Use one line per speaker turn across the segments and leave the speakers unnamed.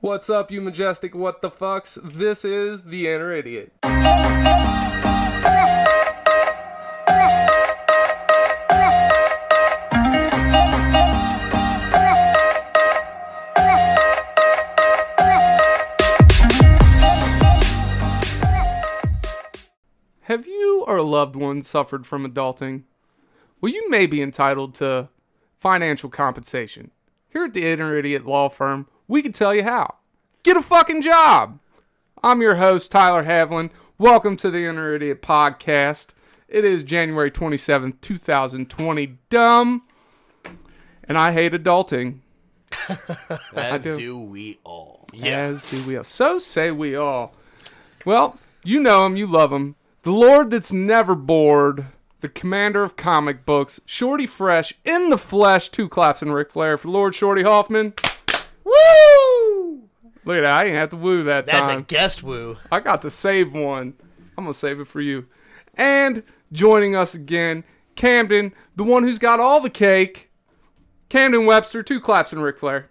What's up, you majestic what the fucks? This is the Inner Idiot. Have you or a loved one suffered from adulting? Well, you may be entitled to financial compensation. Here at the Inner Idiot Law Firm, we can tell you how. Get a fucking job! I'm your host, Tyler Havlin. Welcome to the Inner Idiot Podcast. It is January 27th, 2020. Dumb. And I hate adulting.
As
do.
do. we all.
As do we all. So say we all. Well, you know him, you love him. The Lord that's never bored, the commander of comic books, Shorty Fresh in the flesh, two claps and Ric Flair for Lord Shorty Hoffman. Woo! Look at that, I didn't have to woo that
That's a
time.
guest woo.
I got to save one. I'm gonna save it for you. And joining us again, Camden, the one who's got all the cake. Camden Webster, two claps and Ric Flair.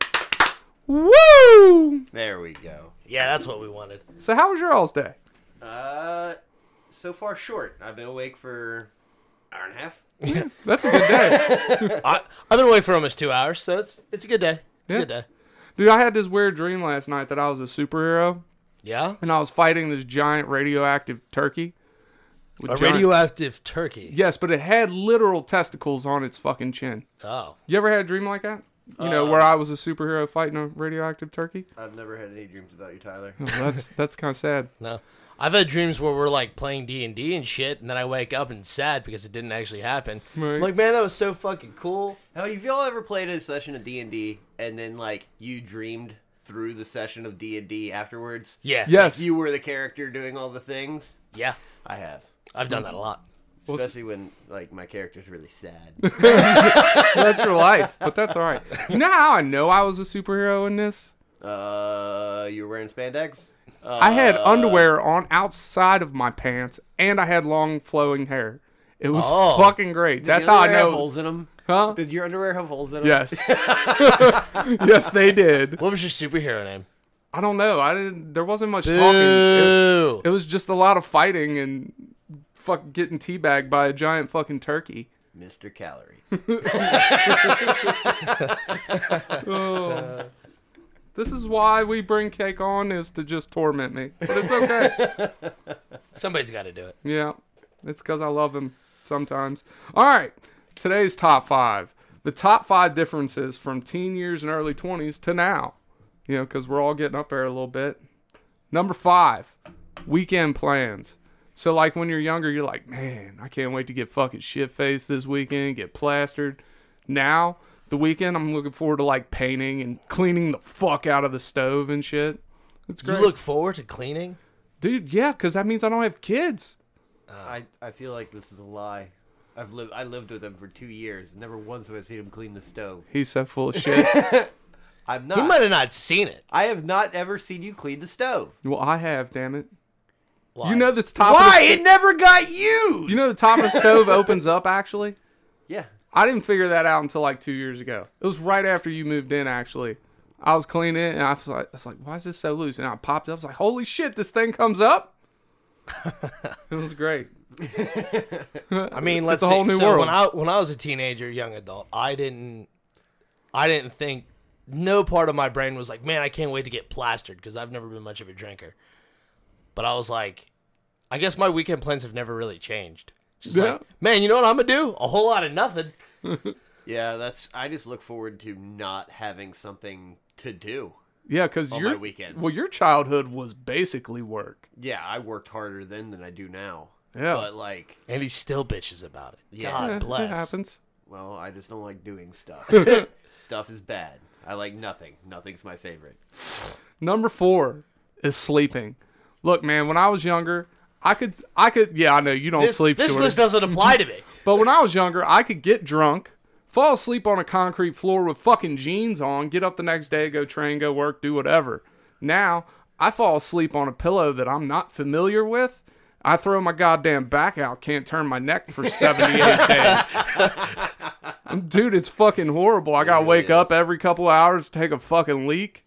Woo!
There we go. Yeah, that's what we wanted.
So how was your all's day?
Uh, so far short. I've been awake for hour and a half.
That's a good day.
I, I've been away for almost two hours, so it's it's a good day. It's
Yeah.
a good day.
Dude, I had this weird dream last night that I was a superhero
Yeah?
and I was fighting this giant radioactive turkey. With
A
giant-
radioactive turkey.
Yes, but it had literal testicles on its fucking chin.
Oh.
You ever had a dream like that? You know, where I was a superhero fighting a radioactive turkey?
I've never had any dreams about you, Tyler.
Well, that's that's kind of sad.
No. I've had dreams where we're like playing D and D and shit, and then I wake up and sad because it didn't actually happen.
Right.
I'm like, man, that was so fucking cool.
Now, have y'all ever played a session of D and D and then like you dreamed through the session of D and D afterwards?
Yeah.
Yes.
You were the character doing all the things.
Yeah.
I have,
I've done that a lot.
Well, s-
especially when like my character's really sad.
that's your life, but that's all right. You know how I know I was a superhero in this?
uh, you were wearing spandex. Uh,
I had underwear on outside of my pants and I had long flowing hair. It was
Oh.
fucking great.
did
that's
the
how I
underwear Have
know.
holes in them.
Huh?
Did your underwear have holes in them?
Yes. yes, they did.
What was your superhero name?
I don't know. I didn't. There wasn't much talking. It,
Boo.
it was just a lot of fighting and fuck getting teabagged by a giant fucking turkey.
Mr. Calories.
Oh. This is why we bring cake on is to just torment me, but it's okay.
Somebody's gotta do it.
yeah, it's because I love him sometimes. All right, today's top five: the top five differences from teen years and early twenties to now. You know, because we're all getting up there a little bit. Number five, weekend plans. So, like when you're younger, you're like, man, I can't wait to get fucking shit faced this weekend, get plastered. Now, the weekend, I'm looking forward to like painting and cleaning the fuck out of the stove and shit. It's great.
You look forward to cleaning?
Dude, yeah, because that means I don't have kids.
I, I feel like this is a lie. I've lived I lived with him for two years. and Never once have I seen him clean the stove.
He's so full of shit.
I'm
You
not.
might have not seen it.
I have not ever seen you clean the stove.
well, I have, damn it.
Why?
You know this top.
Why?
Of the,
It never got used.
you know the top of the stove opens up actually.
yeah.
I didn't figure that out until like two years ago. It was right after you moved in, actually. I was cleaning it and I was like, I was like, why is this so loose? And I popped up. I was like, holy shit, this thing comes up. it was great.
I mean, let's
a
see.
whole new
so
world.
when I when I was a teenager, young adult, I didn't, I didn't think. No part of my brain was like, man, I can't wait to get plastered because I've never been much of a drinker. But I was like, I guess my weekend plans have never really changed. Just
Yeah.
like, man, you know what I'm gonna do? A whole lot of nothing.
Yeah, that's. I just look forward to not having something to do.
Yeah, because
On
your
my weekends.
well, your childhood was basically work.
Yeah, I worked harder then than I do now.
Yeah.
But like,
And he still bitches about it.
Yeah.
Yeah,
God
It
bless.
happens.
well, I just don't like doing stuff. stuff is bad. I like nothing. Nothing's my favorite.
Number four is sleeping. Look, man, when I was younger, I could, I could, yeah, I know you don't
This,
sleep.
this
Shorty.
list doesn't apply to me.
But when I was younger, I could get drunk, fall asleep on a concrete floor with fucking jeans on, get up the next day, go train, go work, do whatever. Now, I fall asleep on a pillow that I'm not familiar with. I throw my goddamn back out, can't turn my neck for 78 days. Dude, it's fucking horrible. I gotta
really
wake
is.
up every couple hours, take a fucking leak.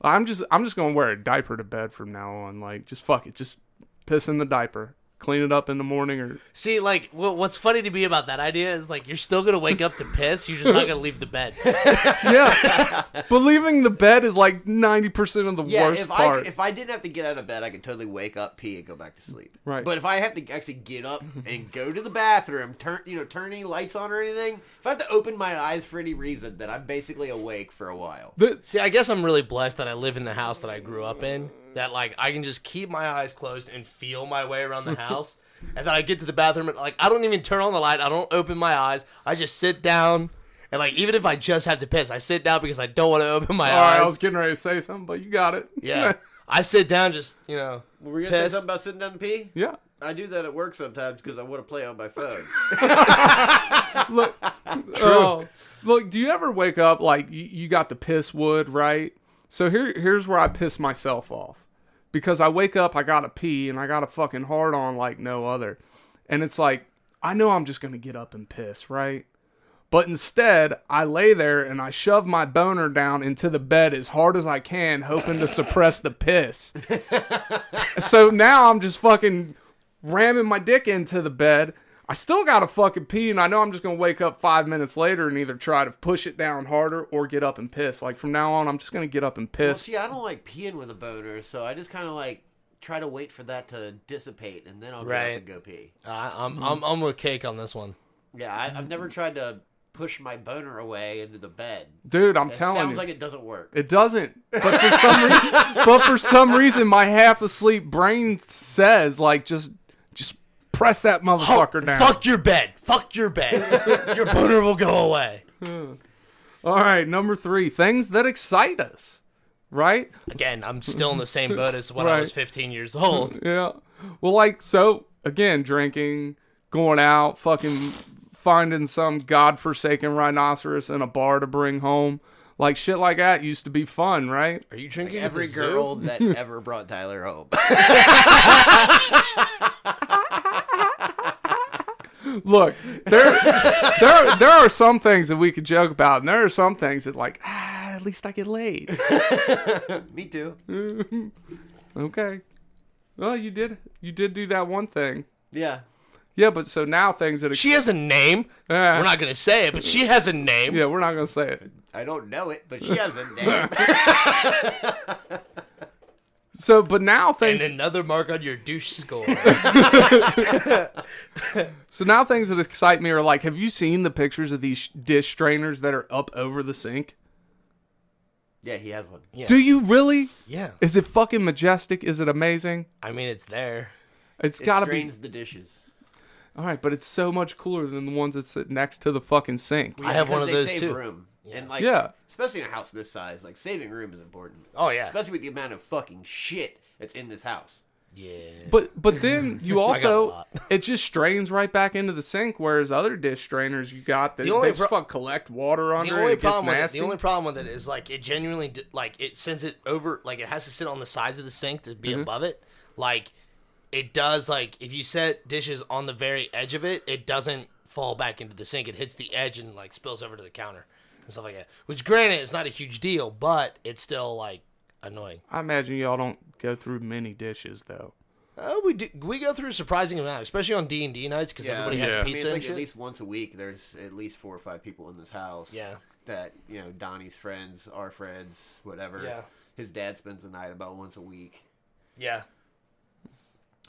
I'm just I'm just gonna wear a diaper to bed from now on. Like just fuck it, just piss in the diaper, clean it up in the morning, or
See, like, wh- what's funny to me about that idea is like you're still gonna wake up to piss. You're just not gonna leave the bed.
yeah. but leaving the bed is like ninety percent of the
Yeah,
worst
if
part.
I if I didn't have to get out of bed, I could totally wake up, pee, and go back to sleep.
Right.
But if I have to actually get up and go to the bathroom, turn you know, turn any lights on or anything, if I have to open my eyes for any reason, then I'm basically awake for a while.
The-
See, I guess I'm really blessed that I live in the house that I grew up in. That like I can just keep my eyes closed and feel my way around the house. and then I get to the bathroom and like I don't even turn on the light. I don't open my eyes. I just sit down. And like even if I just have to piss, I sit down because I don't want to open my
all right, I
eyes.
was getting ready to say something, but you got it.
yeah. I sit down just, you know,
Were you
gonna say Piss. something
about sitting down to pee?
yeah.
I do that at work sometimes because I want to play on my phone.
Look, oh. look. Do you ever wake up like you, you got the piss wood right? So here, here's where I piss myself off because I wake up, I gotta pee, and I got a fucking hard on like no other, and it's like I know I'm just gonna get up and piss, right? But instead, I lay there and I shove my boner down into the bed as hard as I can, hoping to suppress the piss. so now I'm just fucking ramming my dick into the bed. I still gotta fucking pee, and I know I'm just gonna wake up five minutes later and either try to push it down harder or get up and piss. Like from now on, I'm just gonna get up and
well,
piss.
see, I don't like peeing with a boner, so I just kind of like try to wait for that to dissipate, and then I'll get
Right.
up and go pee.
I, I'm I'm I'm with cake on this one.
Yeah, I, I've
Mm-hmm.
never tried to push my boner away into the bed.
Dude, I'm
It
telling
sounds
you,
like it doesn't work.
it doesn't. But for some, re- but for some reason, my half asleep brain says like just, just press that motherfucker down.
Oh, Fuck your bed. Fuck your bed. your boner will go away.
All right, number three, things that excite us, right?
Again, I'm still in the same boat as when I was
Right.
15 years old.
Yeah. Well, like so again, drinking, going out, fucking finding some godforsaken rhinoceros in a bar to bring home, like shit like that used to be fun, right?
Are you drinking at
Every
the
girl
zoo?
that ever brought Tyler home.
Look, there, there, there are some things that we could joke about, and there are some things that like, ah, at least I get laid.
Me too.
Okay. Well, you did, you did do that one thing.
Yeah.
Yeah, but so now things that, ex-
She has a name.
Yeah.
We're not gonna say it, but she has a name.
yeah, we're not gonna say it.
I don't know it, but she has a name.
So, but now
And
things,
another mark on your douche score.
So now things that excite me are like, have you seen the pictures of these dish strainers that are up over the sink?
yeah, he has one.
Yeah.
Do you really?
yeah.
Is it fucking majestic? Is it amazing?
I mean, it's there.
It's
It
gotta
strains the dishes.
be all right, but it's so much cooler than the ones that sit next to the fucking sink.
I have one of
Because they
those
save
too.
Room. And like,
Yeah.
especially in a house this size, like saving room is important.
Oh yeah.
Especially with the amount of fucking shit that's in this house.
Yeah.
But but then you also
lot.
it just strains right back into the sink, whereas other dish strainers you got that
The
they
only
just
pro-
fuck collect water
The
under it,
only
it gets
problem with it,
nasty.
the only problem with it is like it genuinely d- like it sends it over like it has to sit on the sides of the sink to
Mm-hmm.
be above it. Like it does like if you set dishes on the very edge of it, it doesn't fall back into the sink. It hits the edge and like spills over to the counter and stuff like that. Which granted, it's not a huge deal, but it's still like annoying.
I imagine y'all don't go through many dishes though.
Uh, we do. We go through a surprising amount, especially on D and D nights, because everybody has
Yeah.
I
pizza
mean, it's
and
like
shit.
at least once a week. There's at least four or five people in this house.
Yeah.
That you know, Donnie's friends, our friends, whatever.
Yeah.
His dad spends the night about once a week.
yeah.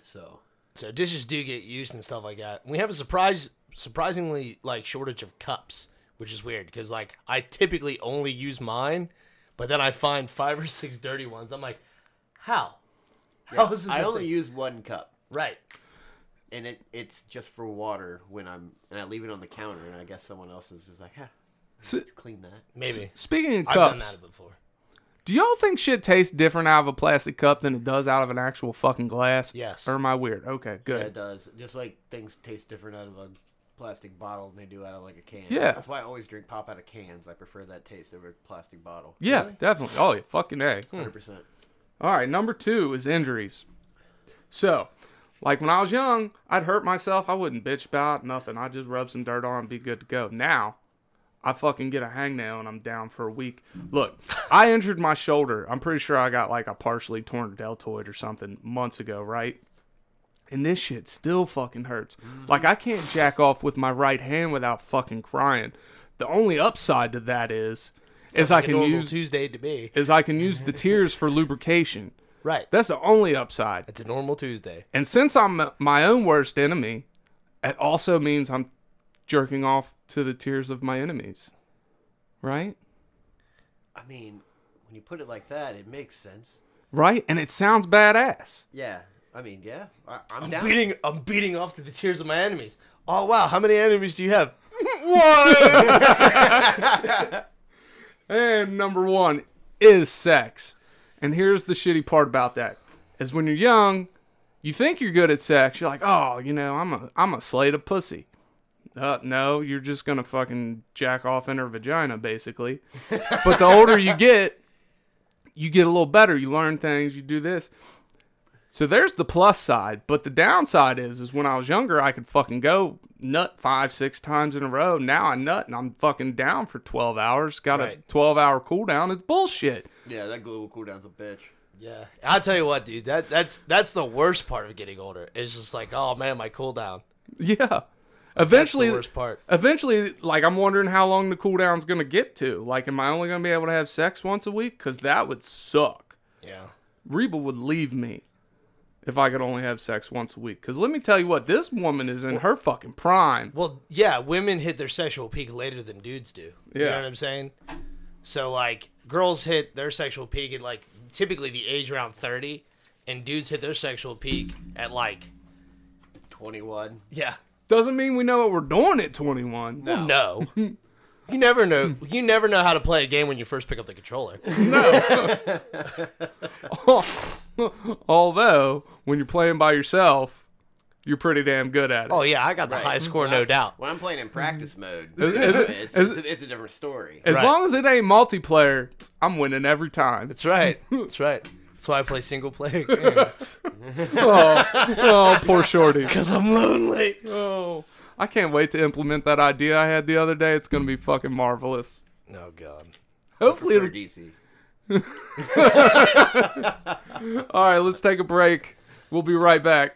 So
So dishes do get used and stuff like that. We have a surprise, surprisingly like shortage of cups, which is weird because like I typically only use mine, but then I find five or six dirty ones. I'm like, how? How is this?
I
a
only
thing?
use one cup,
right.
and it it's just for water when I'm and I leave it on the counter, and I guess someone else is, is like, huh,
So-
let's clean that.
Maybe
Speaking of
I've
cups,
done that before.
Do y'all think shit tastes different out of a plastic cup than it does out of an actual fucking glass?
Yes.
Or am I weird? Okay,
Yeah, it
good.
does. Just like things taste different out of a plastic bottle than they do out of like a can.
Yeah.
That's why I always drink pop out of cans. I prefer that taste over a plastic bottle.
Yeah, definitely. Oh, yeah, fucking A.
Hundred percent.
All right, number two is injuries. So, like when I was young, I'd hurt myself. I wouldn't bitch about nothing. I'd just rub some dirt on and be good to go. Now, I fucking get a hangnail and I'm down for a week. Look, I injured my shoulder. I'm pretty sure I got like a partially torn deltoid or something months ago, right? And this shit still fucking hurts. Like I can't jack off with my right hand without fucking crying. The only upside to that is is I
Like a
can
normal
use
Tuesday to me.
is I can use the tears for lubrication.
Right.
That's the only upside.
It's a normal Tuesday.
And since I'm my own worst enemy, it also means I'm jerking off to the tears of my enemies. Right?
I mean, when you put it like that, it makes sense.
Right? And it sounds badass.
Yeah. I mean, yeah. I, I'm,
I'm
down.
beating I'm beating off to the cheers of my enemies. Oh wow, how many enemies do you have? One
And number one is sex. And here's the shitty part about that is when you're young, you think you're good at sex. You're like, oh, you know, I'm a I'm a slate of pussy. Uh, no, you're just gonna fucking jack off in her vagina, basically. but the older you get, you get a little better. You learn things. You do this. So there's the plus side, but the downside is, is when I was younger, I could fucking go nut five, six times in a row. Now I nut and I'm fucking down for twelve hours. Got
Right.
a twelve hour cooldown. It's bullshit.
Yeah, that global cooldown's a bitch.
Yeah. I'll tell you what, dude, that that's that's the worst part of getting older. It's just like, oh man, my cooldown.
Yeah. Eventually,
worst part.
Eventually, like I'm wondering how long the cooldown's gonna get to. Like, am I only gonna be able to have sex once a week? Cause that would suck.
Yeah.
Reba would leave me if I could only have sex once a week. Cause let me tell you what, this woman is in her fucking prime.
Well, yeah, women hit their sexual peak later than dudes do. You
Yeah.
know what I'm saying? So like girls hit their sexual peak at like typically the age around 30 and dudes hit their sexual peak at like
21.
yeah,
Doesn't mean we know what we're doing at 21.
No.
no. you never know you never know how to play a game when you first pick up the controller.
Although, when you're playing by yourself, you're pretty damn good at it.
Oh yeah, I got the high score, no doubt.
When I'm playing in practice mode,
is it-
it's,
is
it's a, it's a different story.
as
right.
long as it ain't multiplayer, I'm winning every time.
That's right. That's right. That's why I play single player games.
Oh, oh poor Shorty.
Cause I'm lonely.
Oh, I can't wait to implement that idea I had the other day. It's going to be fucking marvelous.
No Oh, god.
Hopefully,
For
it'll...
DC.
all right, let's take a break. We'll be right back.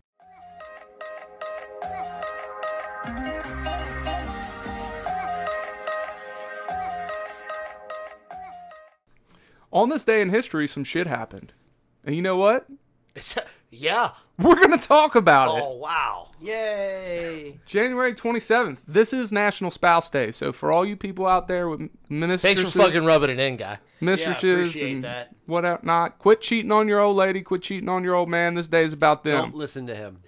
On this day in history, some shit happened. And you know what?
It's, yeah.
We're going to talk about it.
Oh wow.
Yay!
January 27th. This is National Spouse Day. So for all you people out there with ministers,
Thanks for fucking rubbing it in, guy.
mistresses
appreciate
and
that.
what not, quit cheating on your old lady, quit cheating on your old man. This day is about
Don't
them.
listen to him.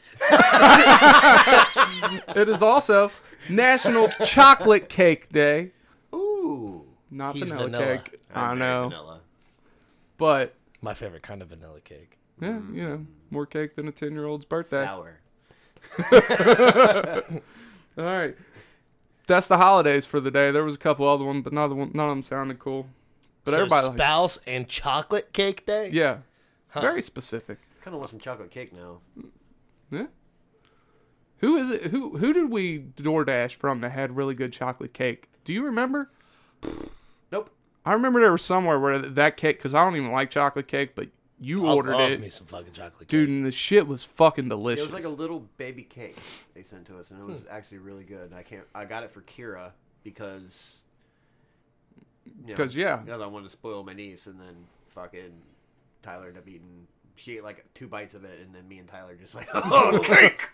it is also National Chocolate Cake Day.
Ooh.
Not
He's
vanilla,
vanilla.
cake. I
I'm
know.
very vanilla.
But
My favorite kind of vanilla cake.
yeah,
Mm.
you know, more cake than a 10-year-old's birthday.
Sour.
All right. That's the holidays for the day. There was a couple other ones, but none of, one, none of them sounded cool. But
So
everybody likes-
spouse and chocolate cake day.
Yeah. Very specific.
Kind of want some chocolate cake now.
Yeah. Who is it? Who who did we DoorDash from that had really good chocolate cake? Do you remember?
Nope.
I remember there was somewhere where th- that cake, because I don't even like chocolate cake, but you
I
ordered
love
it,
me some fucking chocolate
dude,
cake.
and the shit was fucking delicious.
It was like a little baby cake they sent to us, and it was actually really good. And I can't. I got it for Kira because. you know,
'Cause, yeah.
because I wanted to spoil my niece, and then fucking Tyler ended up eating. She ate like two bites of it, and then me and Tyler just like, oh, cake.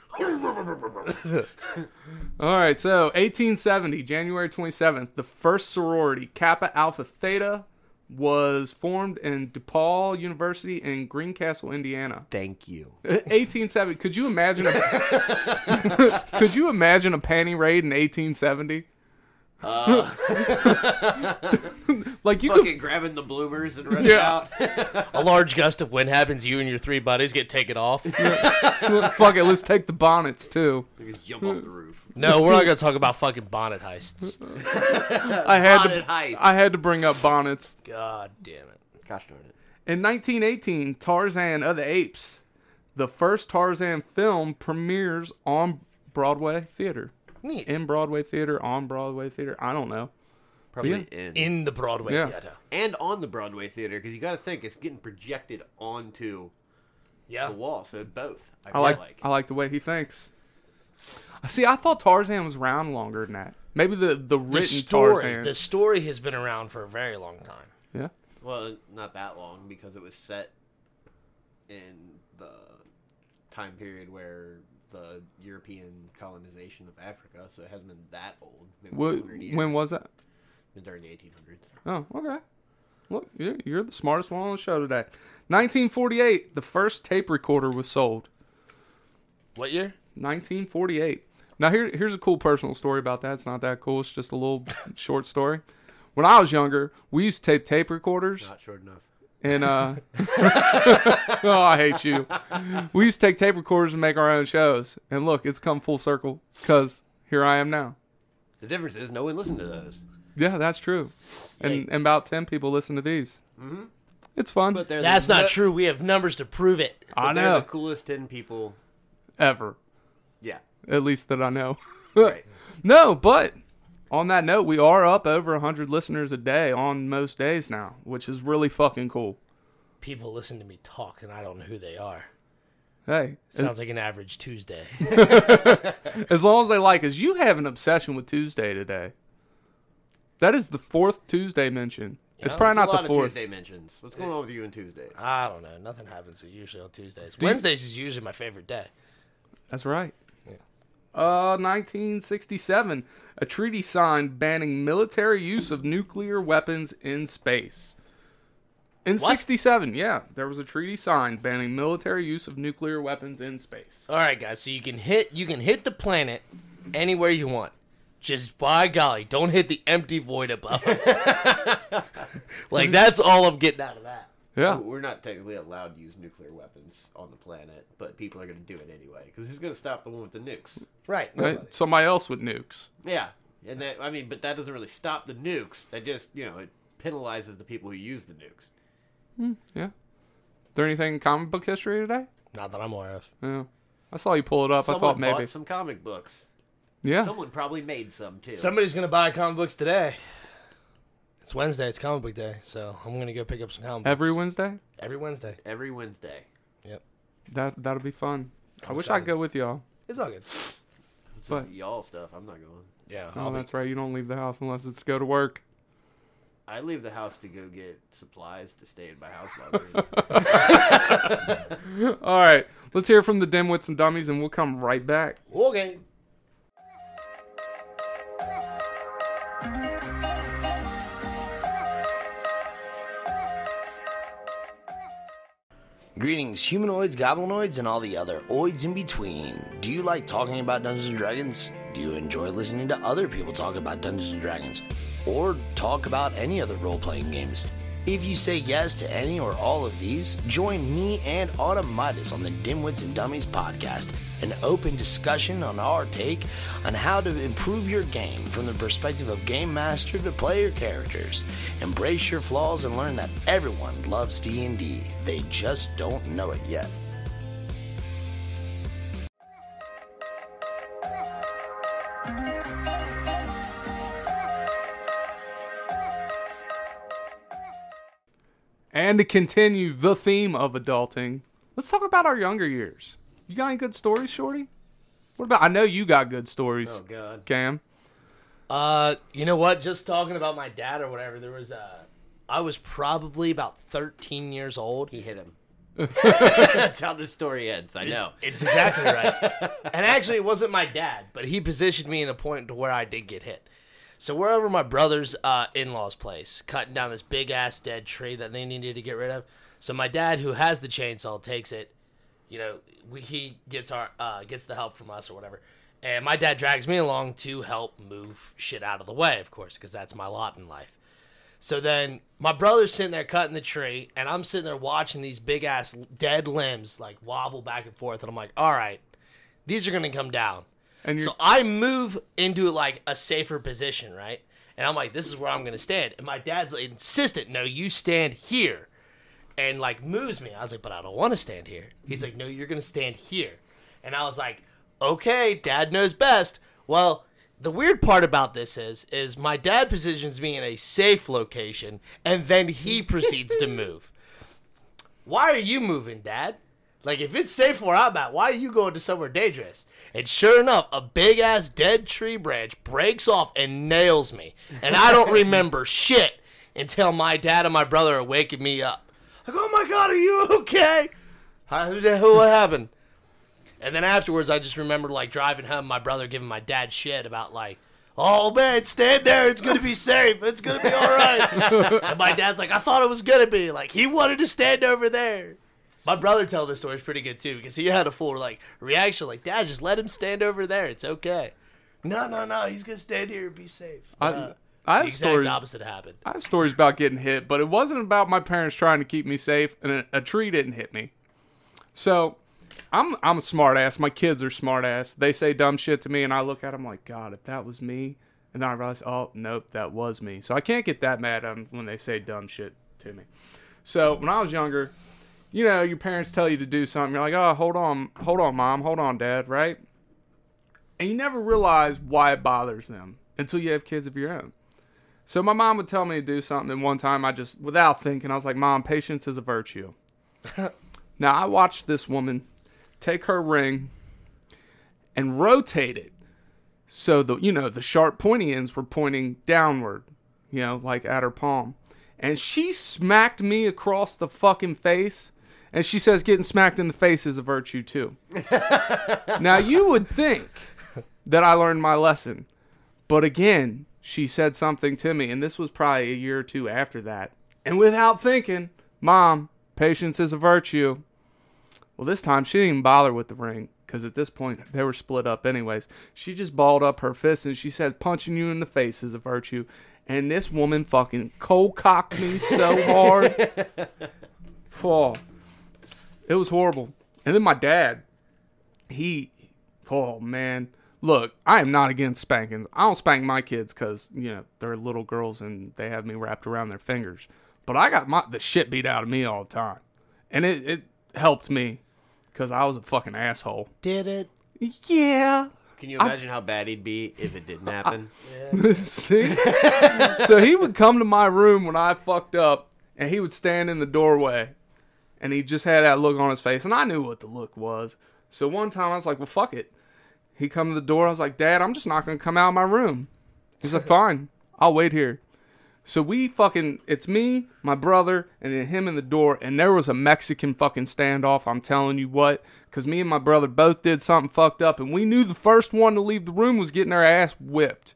All right, so 1870, January 27th, the first sorority, Kappa Alpha Theta was formed in DePaul University in Greencastle, Indiana.
Thank you.
1870. Could you imagine? A, could you imagine a panty raid in 1870? like you could,
Fucking grabbing the bloomers and running
Yeah.
out.
A large gust of wind happens. You and your three buddies get taken off.
fuck it. Let's take the bonnets too.
Just jump off the roof.
No, we're not gonna talk about fucking bonnet heists.
I had
Bonnet
to,
heist.
I had to bring up bonnets.
God damn it.
Gosh darn it.
In 1918, Tarzan of the Apes, the first Tarzan film, premieres on Broadway theater.
Neat.
In Broadway theater, on Broadway theater. I don't know.
Probably in.
In the Broadway
Yeah.
theater.
and on the Broadway theater because you got to think it's getting projected onto
Yeah.
the wall, so both. I,
I
feel
like,
like.
I like the way he thinks. See, I thought Tarzan was round longer than that. Maybe the the written
The story.
Tarzan.
The story has been around for a very long time.
yeah.
Well, not that long because it was set in the time period where the European colonization of Africa, so it hasn't been that old. Maybe
Wh-
100 years.
when was that?
Been during the 1800s.
Oh, okay. Look, you're, you're the smartest one on the show today. 1948, the first tape recorder was sold.
What year?
1948. Now here here's a cool personal story about that. It's not that cool. It's just a little short story. When I was younger, we used to tape tape recorders
Not short enough.
and uh Oh, I hate you. We used to take tape recorders and make our own shows. And look, it's come full circle cuz here I am now.
The difference is no one listened to those,
Yeah, that's true. And, and about 10 people listen to these. Mm-hmm. It's fun.
but they're
That's
the,
not true. We have numbers to prove it.
I
But they're
know
the coolest ten people.
ever.
Yeah,
At least that I know.
right.
No, but on that note, we are up over 100 listeners a day on most days now, which is really fucking cool.
People listen to me talk, and I don't know who they are.
Hey, as,
Sounds like an average Tuesday.
as long as they like us, you have an obsession with Tuesday today. That is the fourth Tuesday mention. it's
That's
probably
a
not
lot
the
of
fourth.
Tuesday mentions. What's going on with you on Tuesdays?
I don't know. Nothing happens usually on Tuesdays. Wednesdays is usually my favorite day.
That's right. Uh, 1967, a treaty signed banning military use of nuclear weapons in space. In
What?
67, yeah, there was a treaty signed banning military use of nuclear weapons in space.
Oh,
All right, guys. So you can hit you can hit the planet anywhere you want. Just by golly, don't hit the empty void above us. like that's all I'm getting out of that.
Yeah.
We're not technically allowed to use nuclear weapons on the planet, but people are going to do it anyway. Because who's going to stop the one with the nukes?
Right.
Right? Somebody else with nukes.
Yeah, and that I mean, but that doesn't really stop the nukes. That just you know it penalizes the people who use the nukes.
Yeah. there anything in comic book history today?
Not that I'm aware of.
Yeah. I saw you pull it up.
Someone
I thought maybe.
bought some comic books.
yeah.
Someone probably made some too.
Somebody's gonna buy comic books today. It's Wednesday. It's comic book day, so I'm gonna go pick up some comic books.
Every Wednesday.
every Wednesday.
every Wednesday.
Yep.
That that'll be fun. i wish I'd
excited.
go with y'all.
It's all good.
It's just
But-
y'all stuff. I'm not going.
Yeah.
Oh, that's right. You don't leave the house unless it's to go to work.
I leave the house to go get supplies to stay in my house. while I'm here.
All right. Let's hear from the dimwits and dummies, and we'll come right back.
Okay.
Greetings, humanoids, goblinoids, and all the other oids in between. Do you like talking about Dungeons and Dragons? Do you enjoy listening to other people talk about Dungeons and Dragons? Or talk about any other role playing games? If you say yes to any or all of these, join me and Automatus on the Dimwits and Dummies podcast, an open discussion on our take on how to improve your game from the perspective of game master to player characters. Embrace your flaws and learn that everyone loves D&D. They just don't know it yet.
And to continue the theme of adulting, let's talk about our younger years. You got any good stories, Shorty? What about? I know you got good stories,
oh God.
Cam.
Uh, you know what? Just talking about my dad or whatever. There was a. I was probably about 13 years old.
He hit him. That's how this story ends. I know.
It's exactly right. and actually, it wasn't my dad, but he positioned me in a point to where I did get hit. So we're over my brother's uh, in-laws' place, cutting down this big ass dead tree that they needed to get rid of. So my dad, who has the chainsaw, takes it. You know, we, he gets our uh, gets the help from us or whatever, and my dad drags me along to help move shit out of the way, of course, because that's my lot in life. So then my brother's sitting there cutting the tree, and I'm sitting there watching these big ass dead limbs like wobble back and forth, and I'm like, all right, these are gonna come down.
And you're-
so I move into like a safer position, right? And I'm like, this is where I'm gonna stand. And my dad's like, insistent, no, you stand here, and like moves me. I was like, but I don't want to stand here. He's like, no, you're gonna stand here. And I was like, okay, dad knows best. Well, the weird part about this is, is my dad positions me in a safe location, and then he proceeds to move. Why are you moving, dad? Like, if it's safe where I'm at, why are you going to somewhere dangerous? And sure enough, a big ass dead tree branch breaks off and nails me. And I don't remember shit until my dad and my brother are waking me up. Like, oh my God, are you okay? How, who the hell, what happened? And then afterwards, I just remember like driving home, my brother giving my dad shit about like, "Oh man, stand there. It's gonna be safe. It's gonna be all right." and my dad's like, "I thought it was gonna be like he wanted to stand over there." My brother tell this story is pretty good too because he had a full like reaction like, "Dad, just let him stand over there. It's okay." No, no, no. He's gonna stand here and be safe.
I-
Uh,
I have
the exact
stories-
opposite happened.
I have stories about getting hit, but it wasn't about my parents trying to keep me safe, and a, a tree didn't hit me. So, I'm I'm a smart ass. My kids are smart ass. They say dumb shit to me, and I look at them like, God, if that was me. And then I realize, oh nope, that was me. So I can't get that mad at 'em when they say dumb shit to me. So when I was younger, you know, your parents tell you to do something, you're like, oh, hold on, hold on, mom, hold on, dad, right? And you never realize why it bothers them until you have kids of your own. So my mom would tell me to do something, and one time I just, without thinking, I was like, "Mom, patience is a virtue." now I watched this woman take her ring and rotate it, so the you know the sharp pointy ends were pointing downward, you know, like at her palm, and she smacked me across the fucking face. And she says, "Getting smacked in the face is a virtue too." now you would think that I learned my lesson. But again, she said something to me, and this was probably a year or two after that. And without thinking, Mom, patience is a virtue. Well, this time she didn't even bother with the ring because at this point they were split up anyways. She just balled up her fist and she said, Punching you in the face is a virtue. And this woman fucking cold cocked me so hard. oh, it was horrible. And then my dad, he oh man look i am not against spankings i don't spank my kids because you know they're little girls and they have me wrapped around their fingers but i got my the shit beat out of me all the time and it, it helped me because i was a fucking asshole
Did it?
yeah
Can you imagine how bad he'd be if it didn't happen?
See? so he would come to my room when I fucked up, and he would stand in the doorway, and he just had that look on his face, and I knew what the look was. So one time I was like, "Well, fuck it." He come to the door. I was like, "Dad, I'm just not gonna come out of my room." He's like, "Fine, I'll wait here." So we fucking it's me, my brother, and then him in the door, and there was a Mexican fucking standoff. I'm telling you what, because me and my brother both did something fucked up, and we knew the first one to leave the room was getting their ass whipped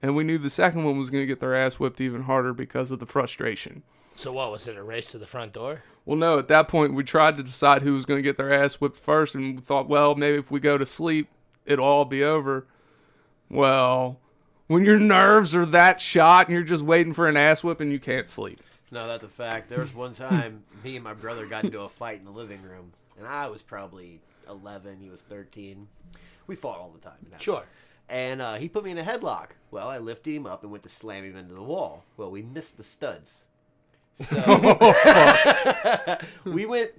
and we knew the second one was going to get their ass whipped even harder because of the frustration.
So what was it? A race to the front door?
Well, no, at that point, we tried to decide who was going to get their ass whipped first, and we thought, well, maybe if we go to sleep, it'll all be over. Well, when your nerves are that shot and you're just waiting for an ass whipping, you can't sleep.
No, that's a fact. There was one time me and my brother got into a fight in the living room, and I was probably 11. He was 13. We fought all the time. and that-
Sure.
And uh, he put me in a headlock. Well, I lifted him up and went to slam him into the wall. Well, we missed the studs. So we went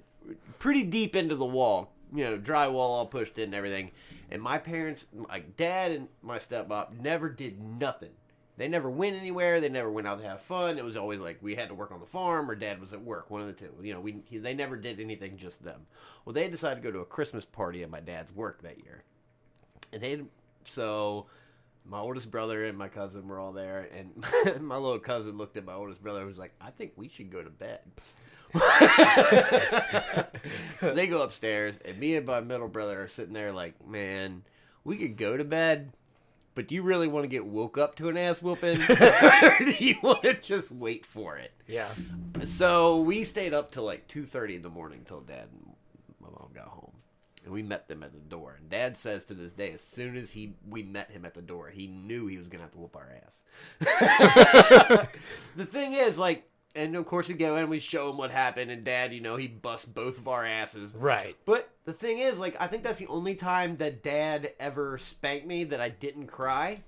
pretty deep into the wall. You know, drywall all pushed in and everything. And my parents, my dad and my stepmom, never did nothing. They never went anywhere. They never went out to have fun. It was always like we had to work on the farm or dad was at work, one of the two. You know, we they never did anything just them. Well, they decided to go to a Christmas party at my dad's work that year and they so my oldest brother and my cousin were all there and my little cousin looked at my oldest brother and was like i think we should go to bed so they go upstairs and me and my middle brother are sitting there like man we could go to bed But do you really want to get woke up to an ass whooping? or do you want to just wait for it?
Yeah.
So we stayed up till like two thirty in the morning till Dad and my mom got home, and we met them at the door. And Dad says to this day, as soon as he we met him at the door, he knew he was gonna have to whoop our ass. the thing is, like, and of course we go and we show him what happened, and Dad, you know, he busts both of our asses.
Right.
But the thing is, like, I think that's the only time that Dad ever spanked me that I didn't cry.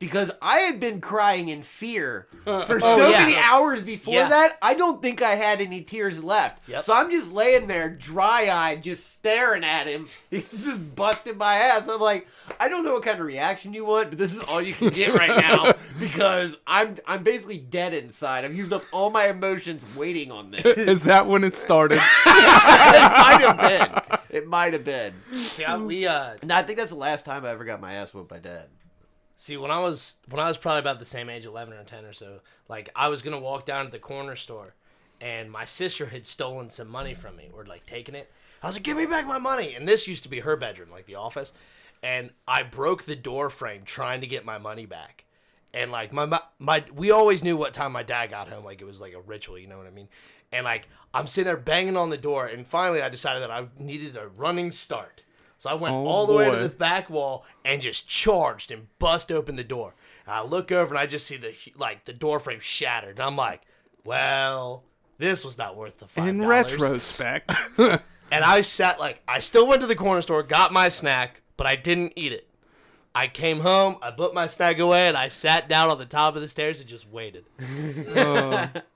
Because I had been crying in fear for so
Oh, yeah.
many hours before
Yeah.
that, I don't think I had any tears left.
Yep.
So I'm just laying there, dry eyed, just staring at him. He's just busting my ass. I'm like, I don't know what kind of reaction you want, but this is all you can get right now because I'm I'm basically dead inside. I've used up all my emotions waiting on this.
Is that when it started?
it might have been. It might have been.
See, I, we uh,
And I think that's the last time I ever got my ass whooped by dad.
See, when I was when I was probably about the same age, eleven or ten or so, like I was gonna walk down to the corner store, and my sister had stolen some money from me or like taken it. I was like, "Give me back my money!" And this used to be her bedroom, like the office, and I broke the door frame trying to get my money back. And like my my, my we always knew what time my dad got home, like it was like a ritual, you know what I mean? And like I'm sitting there banging on the door, and finally I decided that I needed a running start. So I went
Oh,
all the way to
boy.
the back wall and just charged and bust open the door. And I look over and I just see the hu- like the door frame shattered. And I'm like, well, this was not worth the five
In
dollars."
retrospect,
And I sat like I still went to the corner store, got my snack, but I didn't eat it. I came home, I put my snack away, and I sat down on the top of the stairs and just waited.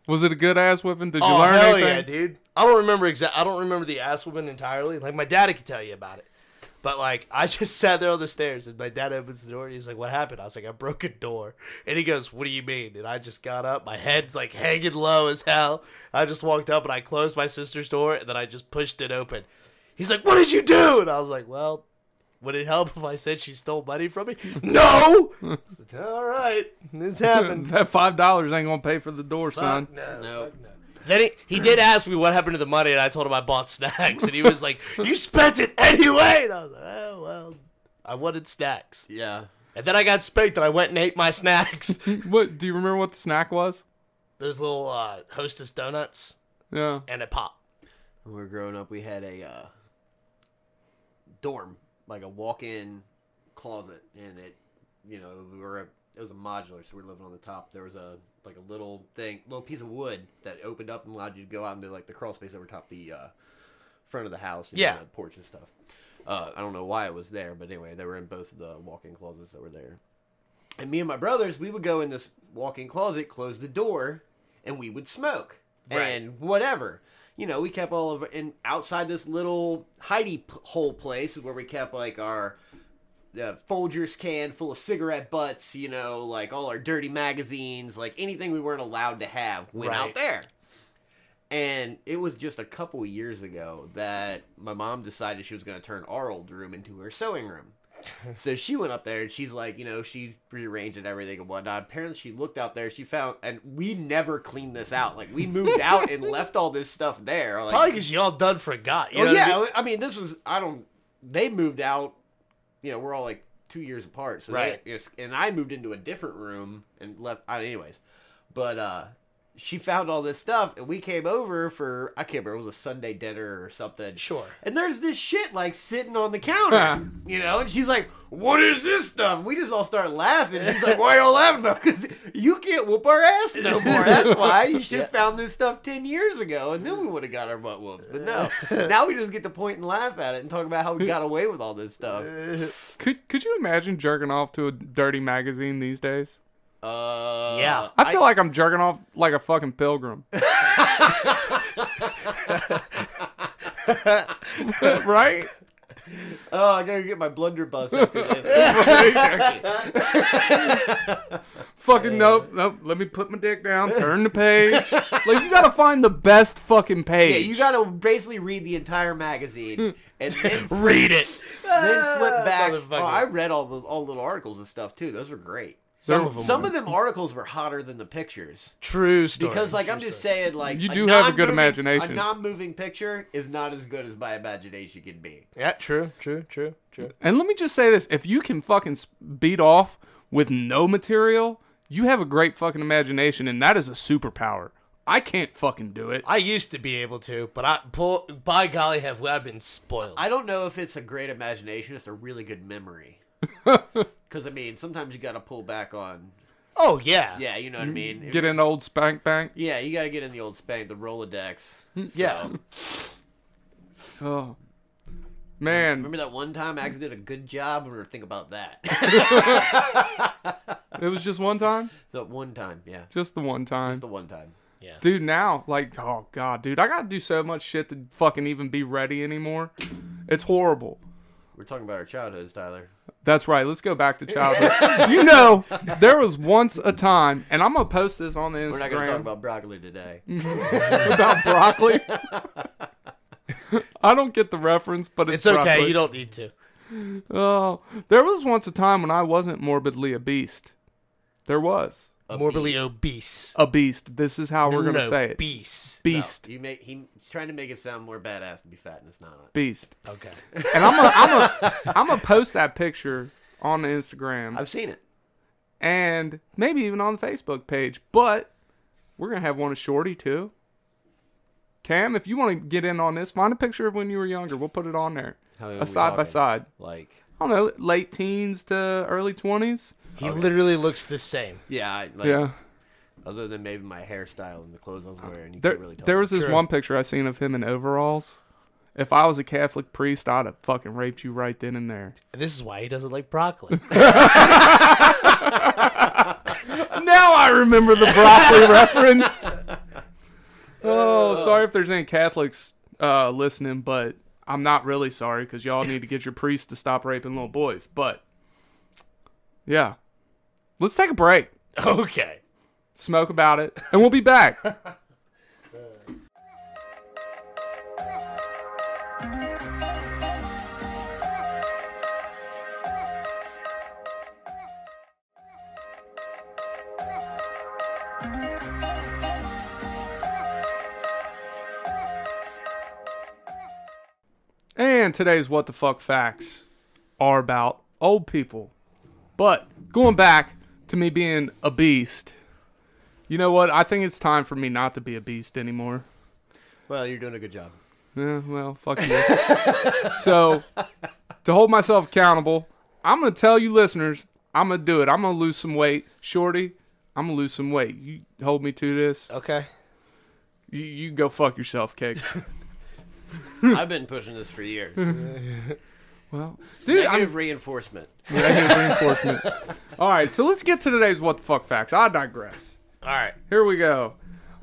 was it a good ass whipping? Did you
oh
learn
hell
anything?
yeah, dude! I don't remember exact. I don't remember the ass woman entirely. Like my daddy could tell you about it, but like I just sat there on the stairs, and my dad opens the door, and he's like, "What happened?" I was like, "I broke a door," and he goes, "What do you mean?" And I just got up. My head's like hanging low as hell. I just walked up and I closed my sister's door, and then I just pushed it open. He's like, "What did you do?" And I was like, "Well." Would it help if I said she stole money from me? No. I said, All right, this happened.
That five dollars ain't gonna pay for the door, son.
No.
Then he, he did ask me what happened to the money, and I told him I bought snacks, and he was like, "You spent it anyway." And I was like, "Oh well, I wanted snacks."
Yeah.
And then I got spanked, and I went and ate my snacks.
What do you remember? What the snack was?
Those little uh, Hostess donuts
Yeah.
and a pop.
When we were growing up, we had a uh, dorm, like a walk-in closet, and it, you know, we were a, it was a modular, so we were living on the top. There was a like a little thing, little piece of wood that opened up and allowed you to go out into like the crawl space over top the uh, front of the house, and
Yeah.
the porch and stuff. Uh, I don't know why it was there, but anyway, they were in both of the walk-in closets that were there. And me and my brothers, we would go in this walk-in closet, close the door, and we would smoke
Right.
and whatever. You know, we kept all of and outside this little hidey p- hole place is where we kept like our uh, Folgers can full of cigarette butts. You know, like all our dirty magazines, like anything we weren't allowed to have went
Right.
out there. And it was just a couple of years ago that my mom decided she was going to turn our old room into her sewing room. So she went up there and she's like, you know, she's rearranging everything and whatnot. Apparently, she looked out there, she found, and we never cleaned this out. Like, we moved out and left all this stuff there. Like,
Probably because y'all done forgot. You
oh,
know
yeah.
What I mean?
I mean, this was, I don't, they moved out, you know, we're all like two years apart. So,
Right.
they, it's- and I moved into a different room and left, I, anyways. But, uh, she found all this stuff and we came over for, I can't remember, it was a Sunday dinner or something.
Sure.
And there's this shit like sitting on the counter, you know. And she's like, "What is this stuff?" We just all start laughing. She's like, "Why are y'all laughing about? Because you can't whoop our ass no more. That's why you should have found this stuff ten years ago, and then we would have got our butt whooped. But no, now we just get to point and laugh at it and talk about how we got away with all this stuff.
Could Could you imagine jerking off to a dirty magazine these days?
Uh,
Yeah.
I feel like I'm jerking off like a fucking pilgrim. right?
Oh, I gotta get my blunderbuss after this.
Fucking nope, nope. Let me put my dick down. Turn the page. like you gotta find the best fucking page.
yeah, you gotta basically read the entire magazine and then
Read it.
then flip back. Oh,
Motherfucker.
I read all the all the little articles and stuff too. Those were great.
Some of them.
Some
were.
of them articles were hotter than the pictures.
true story.
Because, like, I'm just saying, like,
You do have a good
non-moving-
imagination.
A non-moving picture is not as good as my imagination can be.
yeah, true, true, true, true.
And let me just say this: if you can fucking s- beat off with no material, you have a great fucking imagination, and that is a superpower. I can't fucking do it.
I used to be able to, but I bo- by golly have I been spoiled.
I don't know if it's a great imagination. It's a really good memory. Because I mean, sometimes you got to pull back on.
oh yeah,
Yeah, you know what I mean.
Mm, Get in old spank bank.
Yeah, you got to get in the old spank, the Rolodex.
Mm,
Yeah.
So,
Oh man,
remember that one time Axe did a good job? Or think about that.
it was just one time,
the one time, yeah,
just the one time.
the one time.
dude now like oh god dude i gotta do so much shit to fucking even be ready anymore it's horrible
We're talking about our childhoods, Tyler.
that's right let's go back to childhood you know there was once a time and i'm gonna post this on the instagram
We're not going to talk about broccoli today.
about broccoli i don't get the reference but it's,
It's okay.
broccoli.
You don't need to.
oh there was once a time when i wasn't morbidly a beast there was
Morbidly obese.
a beast this is how we're gonna
No,
say it
obese.
beast
You make he, he's trying to make it sound more badass to be fat, and it's not.
beast
Okay.
and i'm gonna i'm gonna i'm gonna post that picture on the instagram
I've seen it.
and maybe even on the Facebook page. But we're gonna have one of Shorty too. Cam, if you want to get in on this, find a picture of when you were younger. We'll put it on there,
How young are
a
we
side by
talking?
side.
Like,
I don't know, late teens to early twenties.
He literally looks the same.
yeah, I, like,
Yeah,
Other than maybe my hairstyle and the clothes I was wearing, you
there,
can't really tell.
there was this
True.
one picture I seen of him in overalls. If I was a Catholic priest, I'd have fucking raped you right then and there.
This is why he doesn't like broccoli.
now I remember the broccoli reference. Oh, sorry if there's any Catholics uh, listening, but I'm not really sorry because y'all need to get your priest to stop raping little boys. But yeah, let's take a break,
okay.
smoke about it, and we'll be back. And today's what the fuck facts are about old people. But going back to me being a beast, you know what? I think it's time for me not to be a beast anymore.
well, you're doing a good job.
Yeah, well, fuck you. so, to hold myself accountable, I'm going to tell you listeners, I'm going to do it. I'm going to lose some weight. Shorty, I'm going to lose some weight. You hold me to this.
Okay.
You, you go fuck yourself, Cake.
I've been pushing this for years.
Well, dude, I'm
Negative reinforcement.
negative reinforcement. All right, so let's get to today's what the fuck facts. I digress.
All right.
Here we go.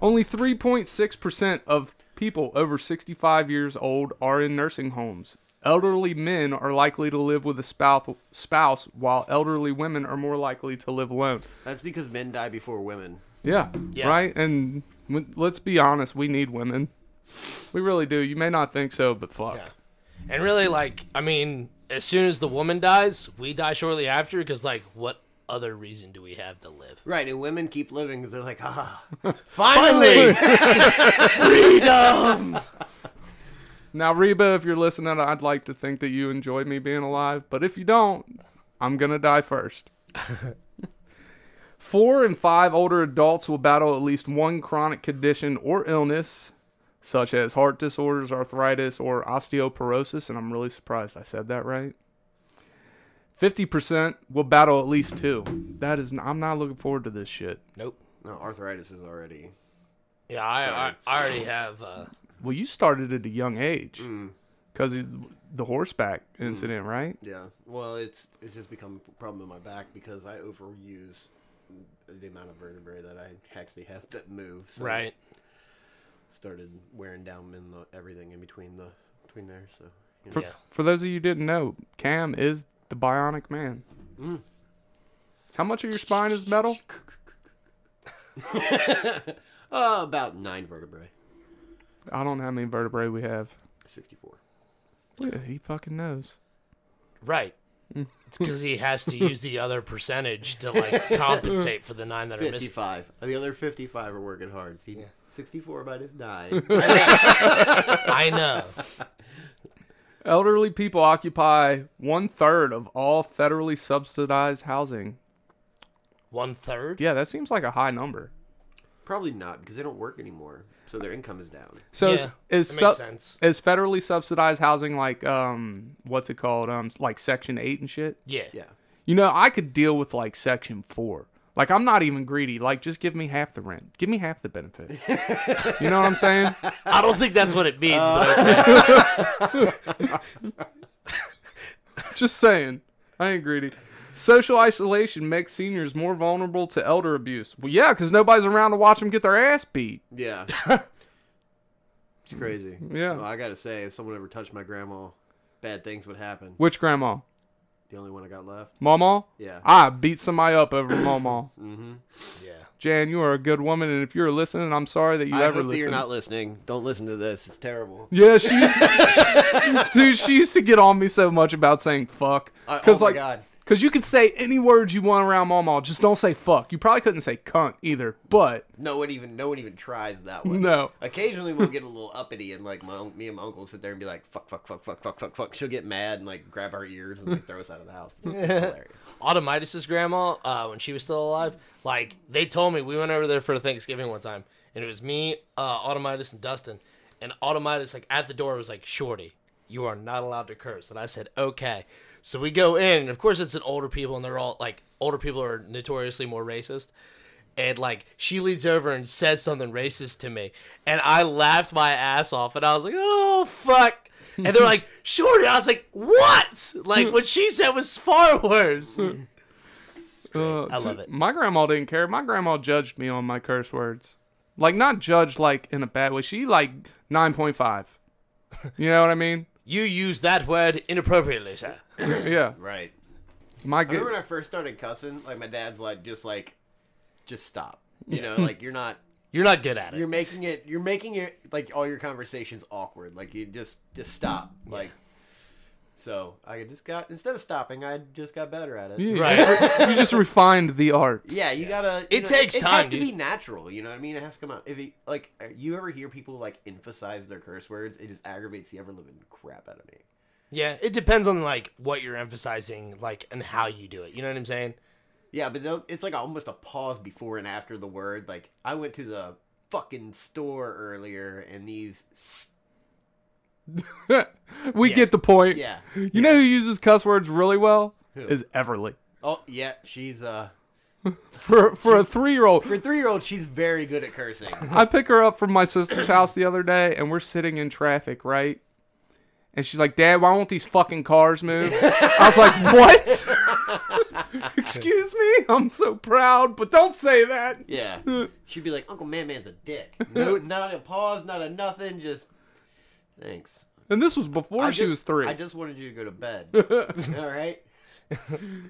Only 3.6% of people over 65 years old are in nursing homes. Elderly men are likely to live with a spouse, spouse while elderly women are more likely to live alone.
That's because men die before women.
Yeah, right? And w- let's be honest, we need women. We really do. You may not think so, but fuck.
Yeah. And really, like, I mean, as soon as the woman dies, we die shortly after because, like, what other reason do we have to live?
Right, and women keep living because they're like, ah,
Finally!
Now, Reba, if you're listening, I'd like to think that you enjoy me being alive, but if you don't, I'm going to die first. Four and five older adults will battle at least one chronic condition or illness, such as heart disorders, arthritis, or osteoporosis, and I'm really surprised I said that right. 50% will battle at least two. That is, n- I'm not looking forward to this shit.
nope.
no, arthritis is already.
Yeah, I, I, I already have. Uh,
Well, you started at a young age because the horseback incident, right?
Yeah. Well, it's it's just become a problem in my back because I overuse the amount of vertebrae that I actually have that move. So
right.
Started wearing down in the, everything in between the between there. So you know.
For,
Yeah.
for those of you who didn't know, Cam is the bionic man. Mm. How much of your spine is metal?
Uh, about nine vertebrae.
I don't know how many vertebrae we have.
Sixty-four.
Look, at- he fucking knows.
Right.
Mm.
It's because he has to use the other percentage to like compensate for the nine that are missing.
55. The other 55 are working hard. See, 64 minus 9.
I know.
Elderly people occupy one third of all federally subsidized housing.
One third.
Yeah, that seems like a high number.
Probably not because they don't work anymore. So their income is down.
So
Yeah,
is is,
that
sub-
makes sense.
is federally subsidized housing like um what's it called um like Section Eight and shit?
Yeah.
Yeah.
You know, I could deal with like Section Four. Like I'm not even greedy. Like just give me half the rent. Give me half the benefits. you know what I'm saying?
I don't think that's what it means,
Uh,
but okay.
Just saying. I ain't greedy. Social isolation makes seniors more vulnerable to elder abuse. Well, yeah, because nobody's around to watch them get their ass beat.
Yeah. it's crazy.
Yeah.
Well, I got to say, if someone ever touched my grandma, bad things would happen.
Which grandma?
The only one I got left.
Mama?
Yeah. Mm-hmm.
I beat somebody up over Mama.
yeah.
Jan, you are a good woman, and if you're listening, I'm sorry that you
I
ever
hope that you're
listened.
not listening. Don't listen to this. It's terrible.
yeah, she, dude, she used to get on me so much about saying fuck,
I- oh my
like,
God.
cause you could say any word you want around Mama, just don't say fuck. You probably couldn't say cunt either, but
No one even no one even tries that one.
No.
Occasionally we'll get a little uppity and like my un- me and my uncle will sit there and be like fuck fuck fuck fuck fuck fuck fuck. She'll get mad and like grab our ears and like throw us out of the house. It's hilarious.
Automitus's grandma, uh, when she was still alive, like they told me we went over there for Thanksgiving one time, and it was me, uh, Automitus, and Dustin. And Automitus, like at the door, was like, "Shorty, you are not allowed to curse." And I said, "Okay." So we go in, and of course it's an older people, and they're all like, older people are notoriously more racist. And like she leads over and says something racist to me, and I laughed my ass off, and I was like, "Oh fuck." And they're like, "Shorty," I was like, "What?" Like what she said was far worse.
uh,
I
see,
love it.
My grandma didn't care. My grandma judged me on my curse words, like not judged like in a bad way. She like nine point five. You know what I mean?
You use that word inappropriately, sir.
Yeah,
Right.
my
I remember
good.
when I first started cussing, like my dad's like just like just stop. You know, like you're not
You're not good at
you're
it.
making it you're making it like all your conversations awkward. Like you just just stop. Like so I just got instead of stopping, I just got better at it.
You-
Right.
you just refined the art.
Yeah, you gotta.
It
you know,
takes
it
time,
has
dude.
to be natural. You know what I mean? It has to come out. If it, like uh, you ever hear people like emphasize their curse words, it just aggravates the ever living crap out of me.
Yeah, it depends on like what you're emphasizing, like and how you do it. You know what I'm saying?
Yeah, but they'll- it's like almost a pause before and after the word. Like I went to the fucking store earlier, and these. s-
we
Yeah.
get the point.
Yeah.
You know who uses cuss words really well? Is Everly.
Oh yeah, she's uh
For for a three year old.
for a three year old, she's very good at cursing.
I pick her up from my sister's house the other day and we're sitting in traffic, right? And she's like, Dad, why won't these fucking cars move? I was like, What? Excuse me? I'm so proud, but don't say that.
Yeah, she'd be like, "Uncle Man Man's a dick." No, not a pause, not a nothing. Just thanks.
And this was
Oh,
before
I
she
just-
was three.
I just wanted you to go to bed. All right.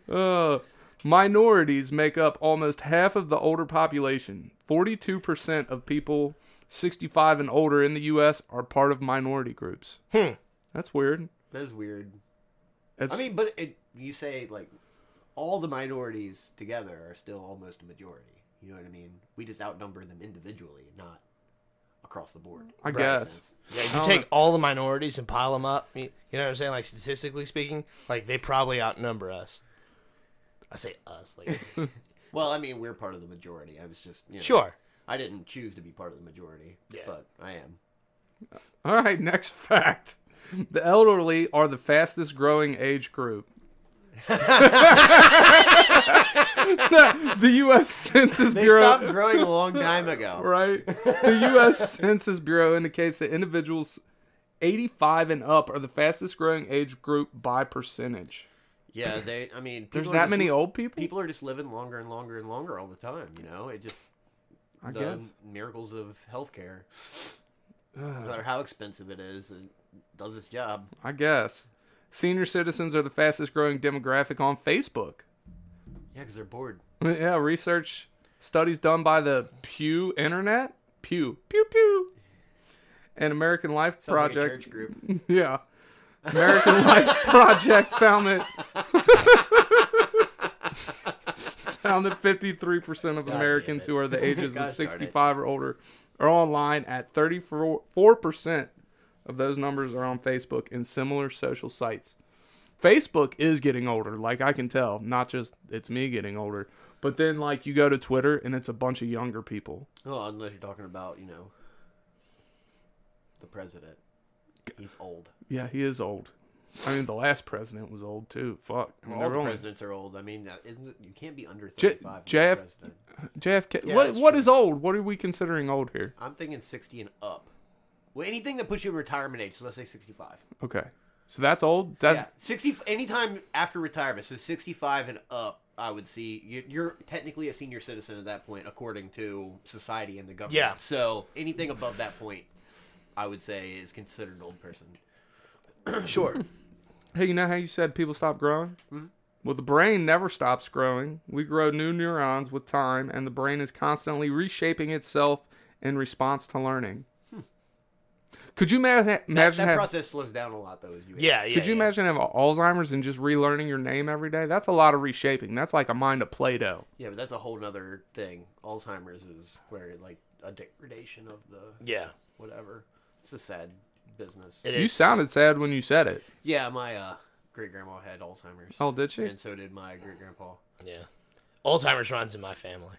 Uh, minorities make up almost half of the older population. 42% of people 65 and older in the U.S. are part of minority groups.
Hmm.
That's weird.
That is weird.
That's,
I mean, but it, you say like all the minorities together are still almost a majority. You know what I mean? We just outnumber them individually, not across the board.
I guess.
Yeah,
don't
you take all the minorities and pile them up. You, you know what I'm saying? Like statistically speaking, like they probably outnumber us. I say us, like
Well, I mean, we're part of the majority. I was just you know,
sure.
I didn't choose to be part of the majority,
Yeah.
but I am.
All right, next fact. The elderly are the fastest growing age group. No, the U.S. Census
They
Bureau.
stopped growing a long time ago.
right? The U.S. Census Bureau indicates that individuals 85 and up are the fastest growing age group by percentage.
Yeah, they. I mean,
There's
people are
that
just-
many old people?
People are just living longer and longer and longer all the time. You know, it just
I
the
guess.
miracles of healthcare. No matter how expensive it is, it does its job.
I guess. Senior citizens are the fastest growing demographic on Facebook.
Yeah, because they're bored.
Yeah, research studies done by the Pew Internet. Pew. Pew Pew. And American Life
Sounds like a
Project.
church group.
yeah. American Life Project found that found that 53% of Americans who are the ages
Gosh darn
of
it.
65 or older are online at 34% of those numbers are on Facebook and similar social sites. Facebook is getting older, like I can tell, not just it's me getting older, but then like you go to Twitter and it's a bunch of younger people.
Oh, unless you're talking about, you know, the president. He's old.
Yeah, he is old. I mean, the last president was old too. Fuck. I mean,
All
they're
the
only-
presidents are old. I mean, that isn't, you can't be under
J-
35 when you're
JF
president.
JFK.
Yeah,
what
that's
what
true.
is old? What are we considering old here?
I'm thinking 60 and up. Well, anything that puts you in retirement age, so let's say 65.
Okay, so that's old. That
yeah, 60. Anytime after retirement, so 65 and up, I would see you- you're technically a senior citizen at that point, according to society and the government.
Yeah.
So anything above that point, I would say is considered an old person.
Sure.
hey, you know how you said people stop growing?
Mm-hmm.
Well, the brain never stops growing. We grow new neurons with time, and the brain is constantly reshaping itself in response to learning. Could you ma- imagine?
Hmm. That, that
ha-
process slows down a lot, though. As you age.
Yeah, yeah.
could you
yeah.
imagine having Alzheimer's and just relearning your name every day? That's a lot of reshaping. That's like a mind of Play-Doh.
Yeah, but that's a whole nother thing. Alzheimer's is where like a degradation of the
Yeah.
whatever. It's a sad business.
It
You
is.
sounded sad when you said it.
Yeah, my uh, great grandma had Alzheimer's.
Oh, did she?
and so did my great grandpa.
yeah. Alzheimer's runs in my family.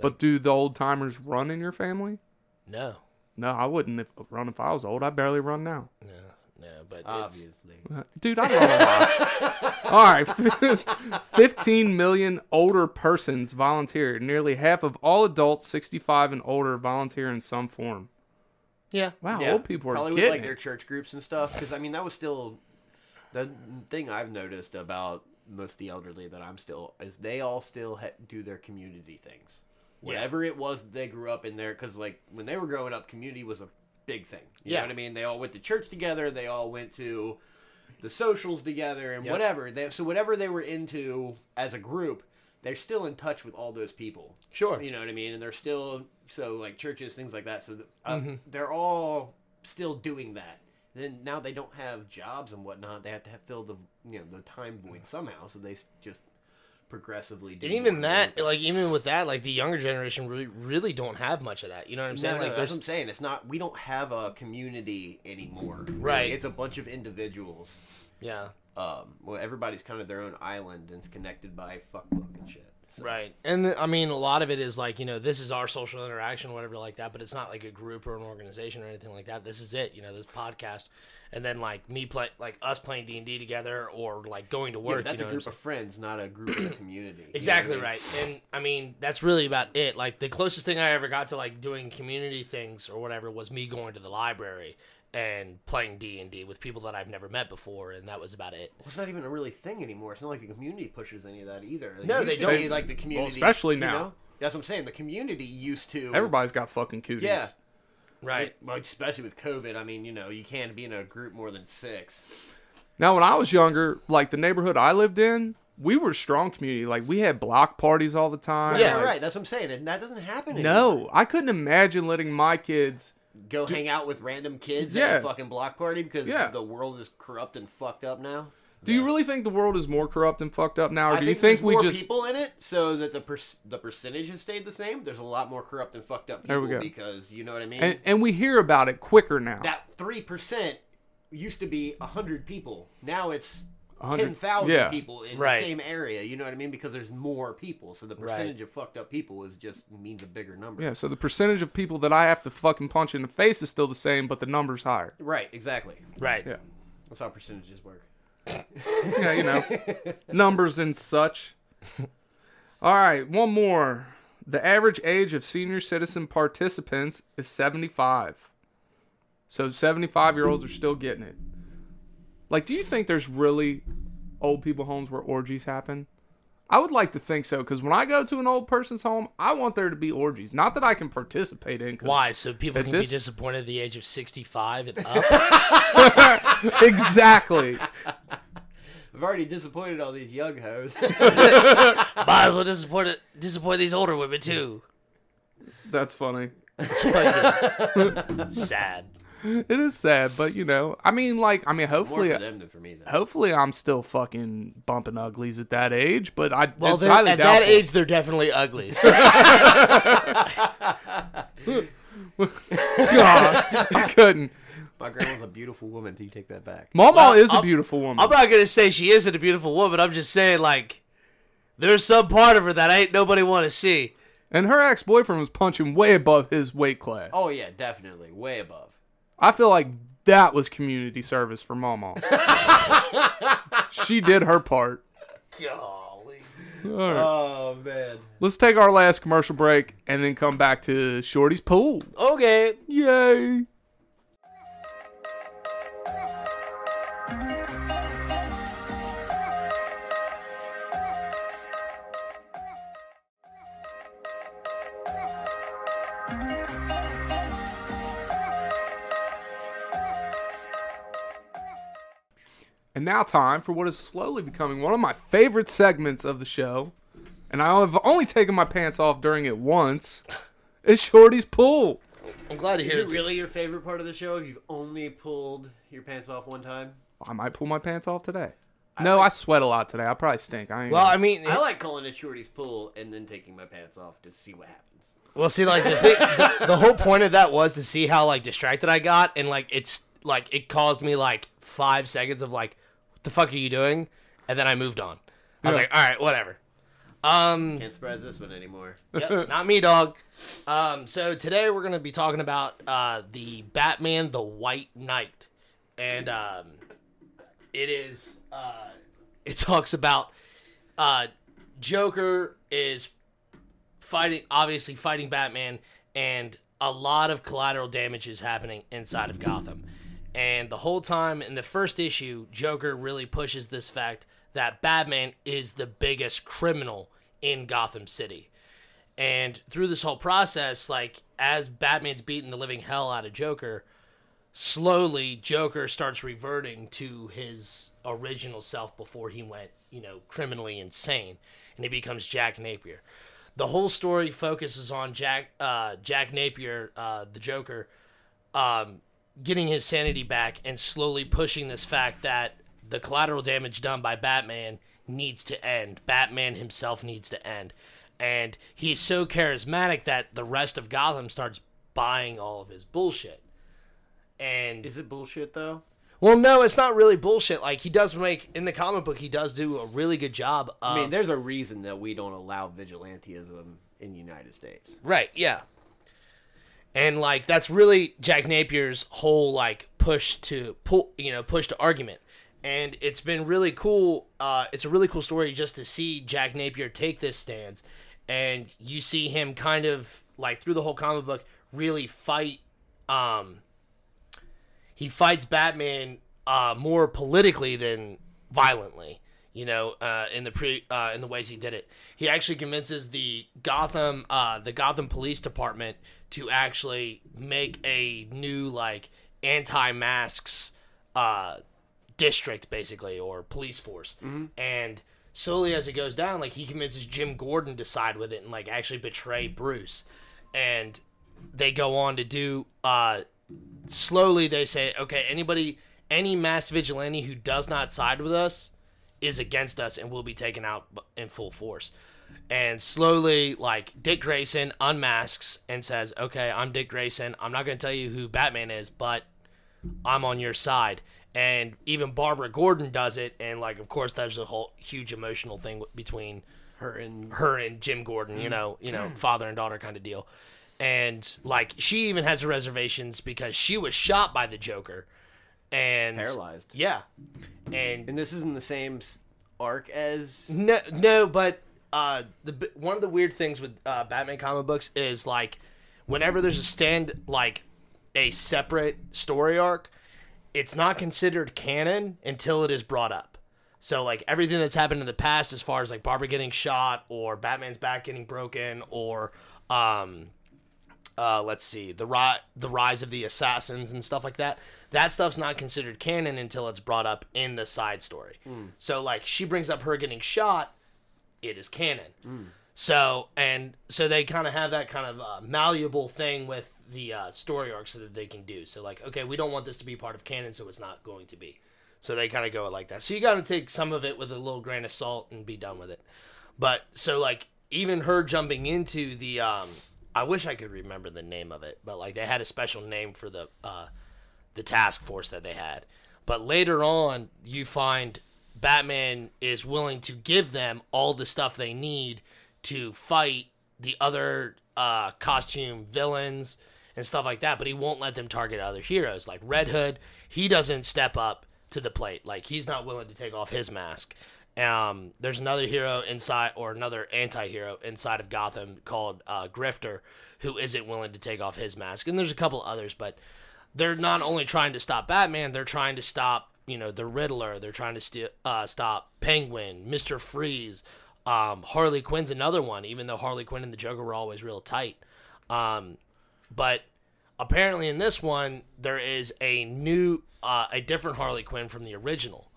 But do the old timers run in your family?
No.
No, I wouldn't if, run if I was old. I barely run now. Uh,
No. No. But it's,
Obviously,
Dude, I run a lot. All right. 15 million older persons volunteer. Nearly half of all adults 65 and older volunteer in some form.
yeah.
Wow,
yeah,
old people are
probably
getting
with like
it.
their church groups and stuff. Because I mean, that was still the thing I've noticed about most of the elderly that I'm still is they all still ha- do their community things. Whatever it was they grew up in there, because like when they were growing up, community was a big thing. You
Yeah.
know what I mean? They all went to church together. They all went to the socials together and
Yep.
whatever. They, so whatever they were into as a group, they're still in touch with all those people.
Sure.
You know what I mean? And they're still so like churches, things like that. So th- uh,
Mm-hmm.
they're all still doing that. Then now they don't have jobs and whatnot. They have to have fill the you know the time void somehow. So they s- just progressively do.
Mm. And
more
even
and
that,
more.
like even with that, like the younger generation really, really don't have much of that. You know what I'm
No,
saying?
no,
like
that's what
there's
I'm saying. It's not. We don't have a community anymore. really.
Right.
It's a bunch of individuals.
yeah,
Um. Well, everybody's kind of their own island and it's connected by fuckbook and shit. So,
right. And the, I mean, a lot of it is like you know this is our social interaction, whatever like that. But it's not like a group or an organization or anything like that. This is it. You know, this podcast, and then like me play, like us playing D and D together, or like going to
Yeah,
work.
that's
you know
a
what I'm
group of friends, not a group of community. You know what I
Exactly
mean?
right. And I mean, that's really about it. Like the closest thing I ever got to like doing community things or whatever was me going to the library and playing D&D with people that I've never met before and that was about it.
Well, it's not even a really thing anymore. It's not like the community pushes any of that either. It
No,
used
they
to
don't.
Be like the community,
especially
you
now.
know? That's what I'm saying. The community used to
Everybody's got fucking cooties.
Yeah,
Right.
Well, especially with COVID. I mean, you know, you can't be in a group more than six.
Now, when I was younger, like the neighborhood I lived in, we were strong community. Like we had block parties all the time.
Yeah,
Yeah,
Like,
right. That's what I'm saying, and that doesn't happen. anymore.
No, I couldn't imagine letting my kids.
go hang out with random kids
Yeah.
at a fucking block party because
Yeah.
the world is corrupt and fucked up now.
Do you really think the world is more corrupt and fucked up now, or
I
do you
there's
think we
more
just?
people in it so that the per- the percentage has stayed the same? There's a lot more corrupt and fucked up people
There we go.
because you know what I mean.
And, and we hear about it quicker now.
that three percent used to be hundred people. Now it's
100
ten thousand
yeah.
people in
Right.
the same area. You know what I mean? Because there's more people, so the percentage of fucked up people is just means a bigger number.
yeah, so the percentage of people that I have to fucking punch in the face is still the same, but the number's higher.
Right. Exactly.
Right.
Yeah.
That's how percentages work.
Yeah, you know, numbers and such. All right, one more. The average age of senior citizen participants is 75. So 75 year olds are still getting it. Like, do you think there's really old people homes where orgies happen? I would like to think so because when I go to an old person's home, I want there to be orgies. Not that I can participate in. 'cause-
Why? So people
At
can
this-
be disappointed at the age of 65 and up?
Exactly.
I've already disappointed all these young hoes.
Might as well disappoint, disappoint these older women too.
That's funny.
It's fucking sad.
It is sad, but you know, I mean, like, I mean,
More
hopefully,
for them than for me, though.
hopefully, I'm still fucking bumping uglies at that age. But I,
Well,
it's
they're-
highly
at that
doubtful.
age, they're definitely ugly. So
God, I couldn't.
My grandma's a beautiful woman. Do you take that back?
Mama
Well,
is a
I'm-
beautiful woman.
I'm not gonna say she isn't a beautiful woman. I'm just saying like there's some part of her that ain't nobody want to see.
and her ex boyfriend was punching way above his weight class.
Oh yeah, definitely, way above.
I feel like that was community service for Mama. she did her part.
Golly.
All right.
Oh man.
Let's take our last commercial break and then come back to Shorty's pool.
Okay.
Yay! And now, time for what is slowly becoming one of my favorite segments of the show. And I have only taken my pants off during it once. It's Shorty's pool.
I'm glad to hear
Is
it's
it really your favorite part of the show? You've only pulled your pants off one time.
I might pull my pants off today. no, I sweat a lot today. I probably stink. I ain't
Well, I mean,
I like calling it Shorty's pool and then taking my pants off to see what happens.
well, see, like the, thing, the the whole point of that was to see how like distracted I got, and like it's like it caused me like five seconds of like, what the fuck are you doing? And then I moved on. I was like, all right, whatever. Um,
Can't surprise this one anymore.
yep, not me, dog. Um, so today we're gonna be talking about uh the Batman, the White Knight, and um, it is uh, it talks about uh, Joker is fighting, obviously fighting Batman, and a lot of collateral damage is happening inside of Gotham. And the whole time in the first issue, Joker really pushes this fact that Batman is the biggest criminal in Gotham City. And through this whole process, like as Batman's beating the living hell out of Joker, slowly Joker starts reverting to his original self before he went, you know, criminally insane, and he becomes Jack Napier. The whole story focuses on Jack uh, Jack Napier, uh, the Joker, um, getting his sanity back and slowly pushing this fact that the collateral damage done by Batman needs to end. Batman himself needs to end. And he's so charismatic that the rest of Gotham starts buying all of his bullshit. And
Is it bullshit though?
well, no, it's not really bullshit. Like he does make in the comic book, he does do a really good job. Of,
I mean, there's a reason that we don't allow vigilantism in the United States.
right? Yeah, and like that's really Jack Napier's whole like push to pull, you know, push to argument. And it's been really cool. Uh, it's a really cool story just to see Jack Napier take this stance, and you see him kind of like through the whole comic book really fight um, he fights Batman uh, more politically than violently. You know, uh, in the pre uh, in the ways he did it, he actually convinces the Gotham uh, the Gotham Police Department to actually make a new like anti-masks uh, district basically or police force and slowly as it goes down like he convinces jim gordon to side with it and like actually betray bruce and they go on to do uh slowly they say okay anybody any mass vigilante who does not side with us is against us and will be taken out b- in full force and slowly like dick grayson unmasks and says okay i'm dick grayson i'm not going to tell you who batman is but I'm on your side. And even Barbara Gordon does it, and like, of course, there's a whole huge emotional thing w- between
Her and
her and Jim Gordon, you know, you know, father and daughter kind of deal. And like, she even has her reservations because she was shot by the Joker, and
Paralyzed.
Yeah, and
and this isn't the same s- arc as
no, no, but uh, the b- one of the weird things with uh, Batman comic books is like, whenever there's a stand like a separate story arc, it's not considered canon until it is brought up. So like everything that's happened in the past, as far as like Barbara getting shot or Batman's back getting broken or um, uh, let's see the ri- the rise of the assassins and stuff like that. That stuff's not considered canon until it's brought up in the side story. So like she brings up her getting shot, it is canon. So and so they kind of have that kind of uh, malleable thing with the uh, story arcs that they can do. So like, okay, we don't want this to be part of canon, so it's not going to be. So they kind of go like that. So you got to take some of it with a little grain of salt and be done with it. But so like even her jumping into the um I wish I could remember the name of it, but like they had a special name for the uh the task force that they had. But later on you find Batman is willing to give them all the stuff they need to fight the other uh costume villains and stuff like that, but he won't let them target other heroes. Like Red Hood, he doesn't step up to the plate. Like he's not willing to take off his mask. Um, there's another hero inside, or another anti-hero inside of Gotham called uh, Grifter, who isn't willing to take off his mask. And there's a couple others, but they're not only trying to stop Batman, they're trying to stop, you know, the Riddler. They're trying to sti- uh, stop Penguin, Mister Freeze, um, Harley Quinn's another one. Even though Harley Quinn and the Joker were always real tight, um, but apparently in this one there is a new uh, a different harley quinn from the original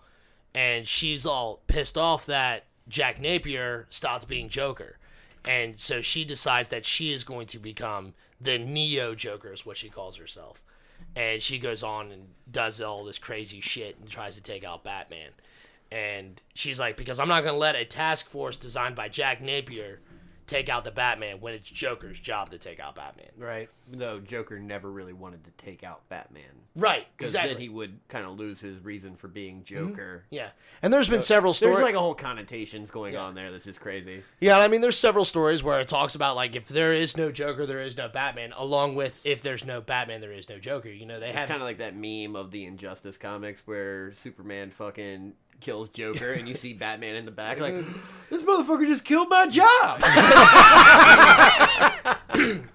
and she's all pissed off that jack napier stops being joker and so she decides that she is going to become the neo joker is what she calls herself and she goes on and does all this crazy shit and tries to take out batman and she's like because i'm not going to let a task force designed by jack napier take out the batman when it's joker's job to take out batman
Right. Though Joker never really wanted to take out Batman.
right
Because
exactly
then he would kind of lose his reason for being Joker.
Yeah, and there's been several
There's
stories.
like a whole connotations going on there. This is crazy.
yeah, I mean, there's several stories where it talks about like if there is no Joker, there is no Batman. Along with if there's no Batman, there is no Joker. You know, they
It's
have
kind of like that meme of the Injustice comics where Superman fucking kills Joker and you see Batman in the back like, this motherfucker just killed my job.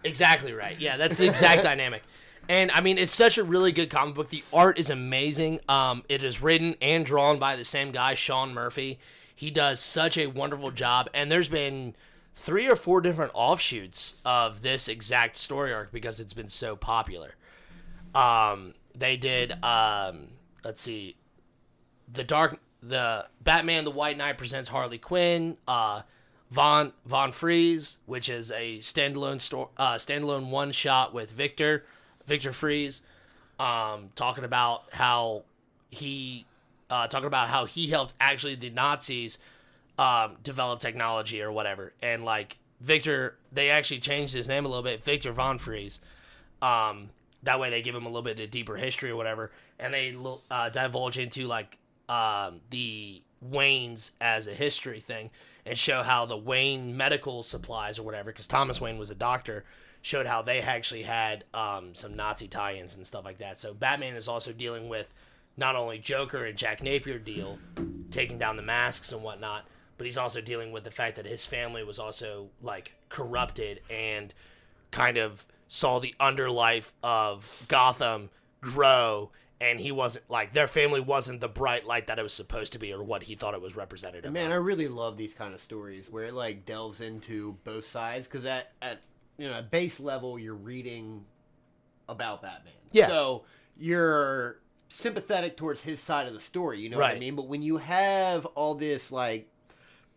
exactly right. Yeah, that's the exact dynamic. And I mean, it's such a really good comic book. The art is amazing. Um, it is written and drawn by the same guy, Sean Murphy. He does such a wonderful job. And there's been three or four different offshoots of this exact story arc because it's been so popular. Um, they did. Um, let's see, the dark, the Batman, the White Knight presents Harley Quinn. Uh, Von Von Freeze, which is a standalone store, uh, standalone one shot with Victor, Victor Freeze, um, talking about how he, uh, talking about how he helped actually the Nazis, um, develop technology or whatever, and like Victor, they actually changed his name a little bit, Victor Von Freeze, um, that way they give him a little bit of deeper history or whatever, and they lo- uh, divulge into like um, the Waynes as a history thing and show how the Wayne medical supplies or whatever, because Thomas Wayne was a doctor, showed how they actually had um, some Nazi tie-ins and stuff like that. So Batman is also dealing with not only Joker and Jack Napier deal, taking down the masks and whatnot, but he's also dealing with the fact that his family was also like corrupted and kind of saw the underlife of Gotham grow and he wasn't like their family wasn't the bright light that it was supposed to be or what he thought it was representative
Man,
of.
I really love these kind of stories where it like delves into both sides because at, at you know at base level you're reading about Batman.
Yeah.
So you're sympathetic towards his side of the story. You know what I
Right.
mean? But when you have all this like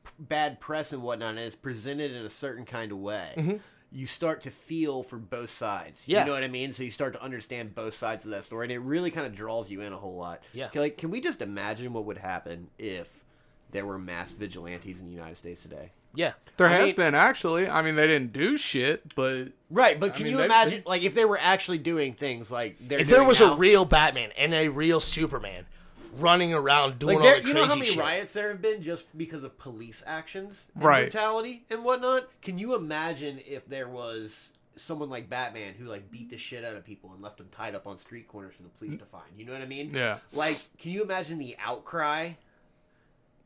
p- bad press and whatnot, and it's presented in a certain kind of way. You start to feel for both sides.
Yeah.
You know what I mean? So you start to understand both sides of that story, and it really kind of draws you in a whole lot.
Yeah.
Can, like, can we just imagine what would happen if there were mass vigilantes in the United States today?
yeah.
There
I
has
mean-
been actually. I mean, they didn't do shit, but
Right, but can
mean,
you
they-
imagine, like, if they were actually doing things like they're
If there
doing
was
now-
a real Batman and a real Superman running around
like,
doing all
there,
the
you
crazy
know how many
shit.
riots there have been just because of police actions, and
Right.
Brutality and whatnot. Can you imagine if there was someone like Batman who like beat the shit out of people and left them tied up on street corners for the police to find? You know what I mean?
Yeah.
Like, can you imagine the outcry?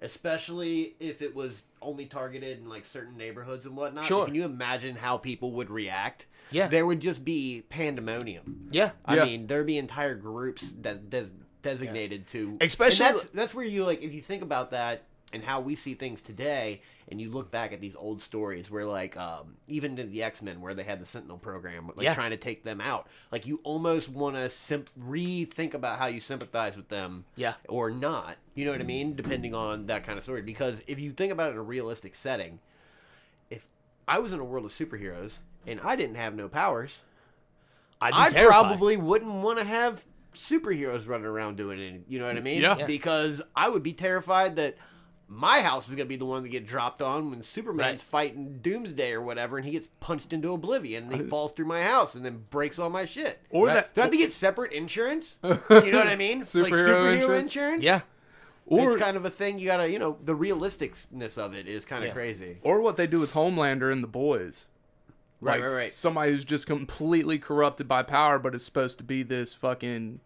Especially if it was only targeted in like certain neighborhoods and whatnot.
Sure.
Can you imagine how people would react?
Yeah.
There would just be pandemonium.
yeah.
I
Yeah.
mean, there'd be entire groups that des- designated to
Especially-
And that's that's where you like if you think about that and how we see things today, and you look back at these old stories where like um, even in the X Men where they had the Sentinel program, like
Yeah.
trying to take them out, like you almost want to simp- rethink about how you sympathize with them,
Yeah.
or not. You know what I mean? Depending on that kind of story, because if you think about it in a realistic setting, if I was in a world of superheroes and I didn't have no powers.
I'd, be
I
terrified.
probably wouldn't want to have superheroes running around doing it. You know what I mean?
Yeah. Yeah.
Because I would be terrified that my house is gonna be the one to get dropped on when Superman's
Right.
fighting Doomsday or whatever, and he gets punched into oblivion, and he falls through my house, and then breaks all my shit.
Or
Right.
that
Do I have to get separate insurance? You know what I mean? like
Superhero
superhero
insurance?
insurance.
Yeah.
or
it's kind of a thing. You gotta, you know, the realisticness of it is kind of
Yeah.
crazy.
or what they do with Homelander and the boys.
Right,
Like,
right, right.
Somebody who's just completely corrupted by power, but is supposed to be this fucking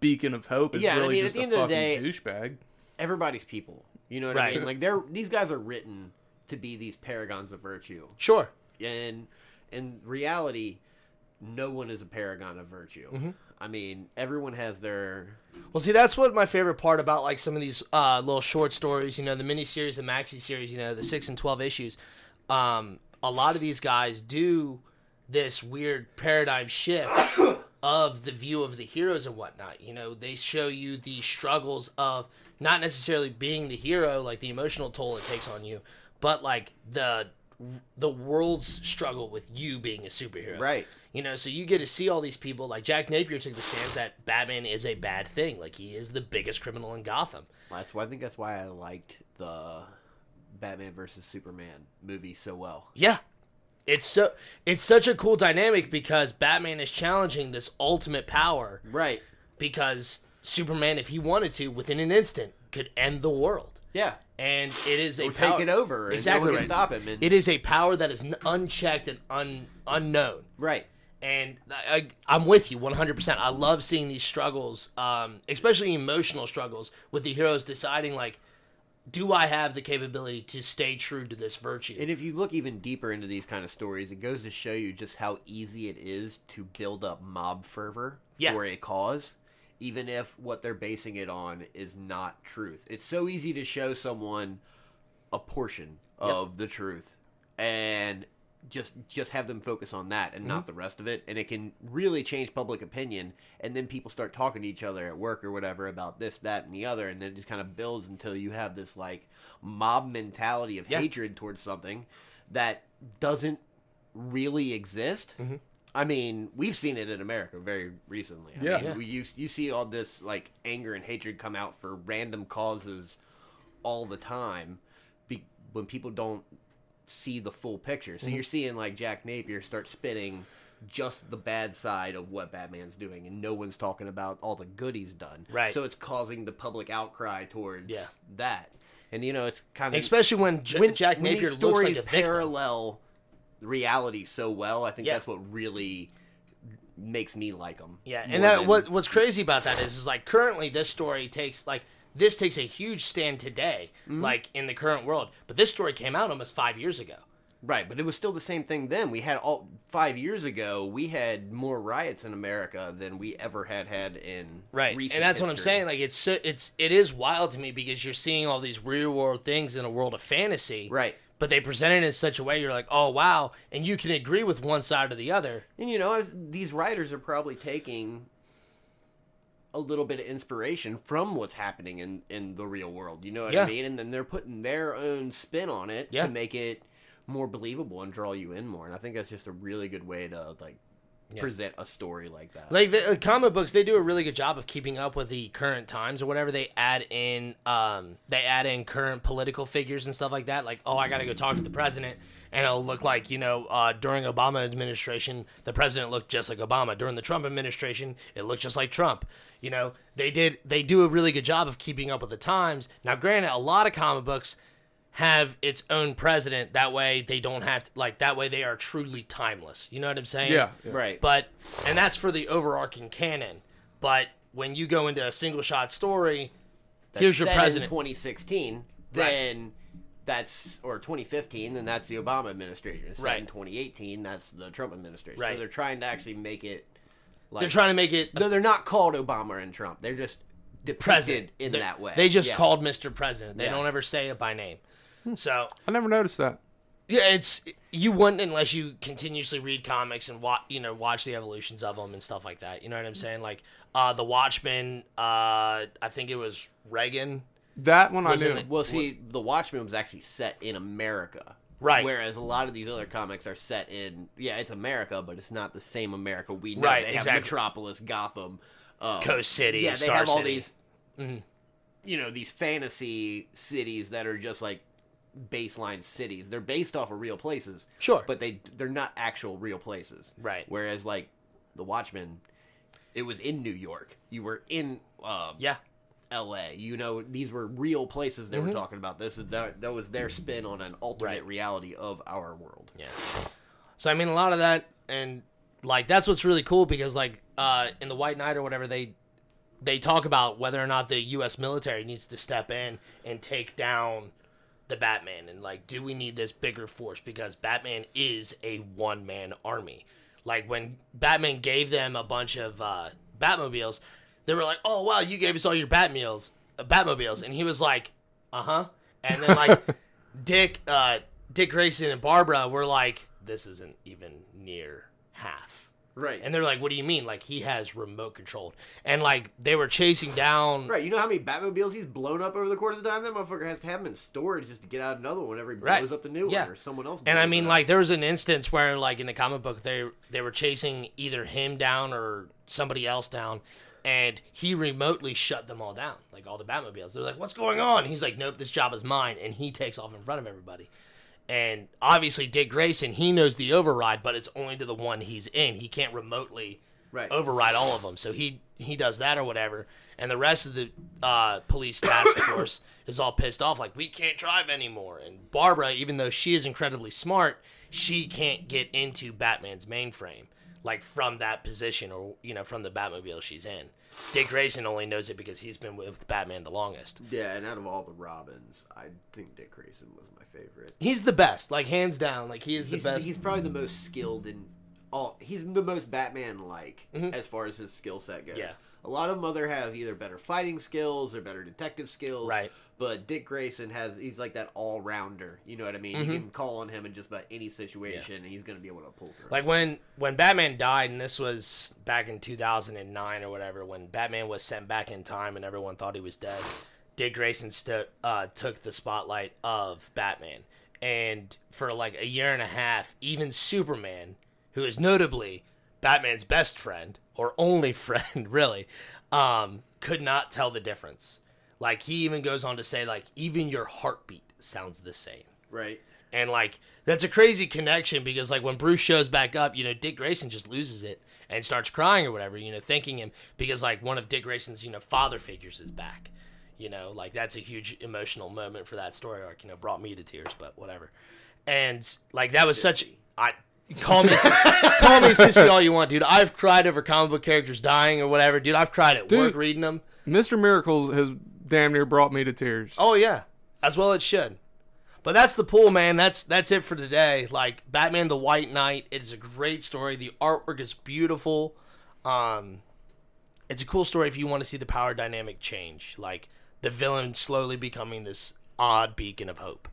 beacon of hope. Is
Yeah, I
really
mean, at
just
the
a
end of the
fucking
day-
douchebag.
Everybody's people. You know what I
Right.
mean? Like they're these guys are written to be these paragons of virtue.
Sure.
and in reality, no one is a paragon of virtue. I mean, everyone has their
Well, see, that's what my favorite part about like some of these uh, little short stories, you know, the miniseries, the maxi series, you know, the six and twelve issues. Um, a lot of these guys do this weird paradigm shift of the view of the heroes and whatnot. You know, they show you the struggles of not necessarily being the hero, like the emotional toll it takes on you, but like the the world's struggle with you being a superhero.
Right.
You know, so you get to see all these people. Like Jack Napier took the stance that Batman is a bad thing. Like he is the biggest criminal in Gotham.
That's why I think that's why I liked the Batman versus Superman movie so well.
Yeah. It's so it's such a cool dynamic because Batman is challenging this ultimate power
Right.
because Superman, if he wanted to, within an instant, could end the world.
Yeah.
And it is a
Or
power,
take it over and no
Exactly
one can
right.
stop him and-
It is a power that is n- unchecked and un, unknown.
Right.
and I, I, I'm with you 100%. I love seeing these struggles, um, especially emotional struggles, with the heroes deciding, like, do I have the capability to stay true to this virtue?
And if you look even deeper into these kind of stories, it goes to show you just how easy it is to build up mob fervor
Yeah.
for a cause, even if what they're basing it on is not truth. It's so easy to show someone a portion of the truth and just just have them focus on that and
Mm-hmm.
not the rest of it and it can really change public opinion and then people start talking to each other at work or whatever about this that and the other and then it just kind of builds until you have this like mob mentality of
Yeah.
hatred towards something that doesn't really exist I mean, we've seen it in America very recently. I
Yeah.
mean, we- you you see all this like anger and hatred come out for random causes all the time be, when people don't see the full picture. So you're seeing like Jack Napier start spinning just the bad side of what Batman's doing, and no one's talking about all the good he's done.
Right.
So it's causing the public outcry towards
Yeah.
that, and you know it's kind of
especially when, J- Jack
when
Napier
these
looks like
stories
a victim.
parallel reality so well. I think
Yeah.
that's what really makes me like them.
Yeah, and that what what's crazy about that is is like currently this story takes like this takes a huge stand today, like in the current world. But this story came out almost five years ago.
right, but it was still the same thing then. We had all five years ago. We had more riots in America than we ever had had in
right
recent
and that's what i'm
history.
saying like it's so it's it is wild to me because you're seeing all these real world things in a world of fantasy
Right.
but they present it in such a way you're like oh wow and you can agree with one side or the other
And you know, as- these writers are probably taking a little bit of inspiration from what's happening in in the real world. You know what
Yeah.
I mean? And then they're putting their own spin on it
Yeah.
to make it more believable and draw you in more. And I think that's just a really good way to like present a story like that.
like the uh, comic books they do a really good job of keeping up with the current times or whatever they add in um they add in current political figures and stuff like that like oh i gotta go talk to the president and it'll look like you know uh, during obama administration the president looked just like obama during the trump administration it looked just like trump you know they did they do a really good job of keeping up with the times now granted a lot of comic books have its own president that way they don't have to like that way they are truly timeless you know what i'm saying
Yeah, yeah.
right.
but and that's for the overarching canon. But when you go into a single shot story,
that's
here's your
set
president.
in 2016, then that's or 2015, then that's the Obama administration. It's set
Right.
in 2018, that's the Trump administration.
Right.
So they're trying to actually make it like
they're trying to make it
No, they're not called Obama and Trump. They're just depicted
president
in
They're-
that way.
They just
Yeah.
called Mr. President. They
Yeah. Hmm.
don't ever say it by name. So
I never noticed that.
yeah, it's you wouldn't unless you continuously read comics and watch you know watch the evolutions of them and stuff like that. You know what I'm saying? Like uh, the Watchmen. Uh, I think it was Reagan.
That one I
Wasn't
knew.
it-
Well, see, The Watchmen was actually set in America.
Right.
Whereas a lot of these other comics are set in, yeah, it's America, but it's not the same America we know.
Right,
they have
exactly.
Metropolis, Gotham, um,
Coast City,
Yeah, they
Star
have all
City.
these, mm-hmm. you know, these fantasy cities that are just like baseline cities. They're based off of real places,
Sure.
but they they're not actual real places.
Right.
Whereas like the Watchmen, it was in New York. You were in um,
yeah.
L.A. You know, these were real places they were talking about. This is that, that was their spin on an alternate
Mm-hmm. Right.
reality of our world.
Yeah. So I mean, a lot of that, and like that's what's really cool because like uh, in the White Knight or whatever they they talk about whether or not the U.S. military needs to step in and take down the Batman and like do we need this bigger force because Batman is a one man army. Like when Batman gave them a bunch of uh, Batmobiles, they were like, "Oh wow, you gave us all your Batmobiles, uh, Batmobiles," and he was like, "Uh huh," and then like. Dick, uh, Dick Grayson and Barbara were like, this isn't even near half.
Right.
And they're like, what do you mean? Like he has remote controlled, and like they were chasing down.
Right, you know how many Batmobiles he's blown up over the course of time? That motherfucker has to have them in storage just to get out another one every he
Right.
blows up the new
Yeah.
one or someone else.
And I
blows
mean,
it up.
like there was an instance where, like in the comic book, they they were chasing either him down or somebody else down, and he remotely shut them all down, like all the Batmobiles. They're like, "What's going on?" He's like, "Nope, this job is mine," and he takes off in front of everybody. And obviously, Dick Grayson, he knows the override, but it's only to the one he's in. He can't remotely
Right.
override all of them. So he he does that or whatever, and the rest of the uh, police task force is all pissed off, like we can't drive anymore. And Barbara, even though she is incredibly smart, she can't get into Batman's mainframe, like from that position or you know from the Batmobile she's in. Dick Grayson only knows it because he's been with Batman the longest.
yeah, and out of all the Robins, I think Dick Grayson was my favorite.
He's the best, like hands down. Like he is the
He's,
best.
he's probably the most skilled in all. He's the most Batman-like as far as his skill set goes.
Mm-hmm. Yeah.
A lot of them other have either better fighting skills or better detective skills.
Right.
But Dick Grayson has he's like that all-rounder. You know what I mean?
Mm-hmm.
You can call on him in just about any situation, and he's going to be able to pull through.
Like when when Batman died, and this was back in 2009 or whatever, when Batman was sent back in time and everyone thought he was dead, Dick Grayson st- uh, took the spotlight of Batman, and for like a year and a half, even Superman, who is notably Batman's best friend or only friend, really, um, could not tell the difference. Like he even goes on to say, like even your heartbeat sounds the same.
right.
And like that's a crazy connection because like when Bruce shows back up, you know, Dick Grayson just loses it and starts crying or whatever, you know, thanking him because like one of Dick Grayson's, you know, father figures is back. You know, like that's a huge emotional moment for that story arc, you know, brought me to tears, but whatever. And like that was such I call me call me sissy all you want, dude. I've cried over comic book characters dying or whatever, dude. I've cried at work
Dude.
reading them.
Mr. Miracle has damn near brought me to tears.
Oh yeah, as well it should. But that's the pool, man. That's that's it for today. Like Batman the White Knight, it is a great story. The artwork is beautiful. Um, it's a cool story if you want to see the power dynamic change, like the villain slowly becoming this odd beacon of hope.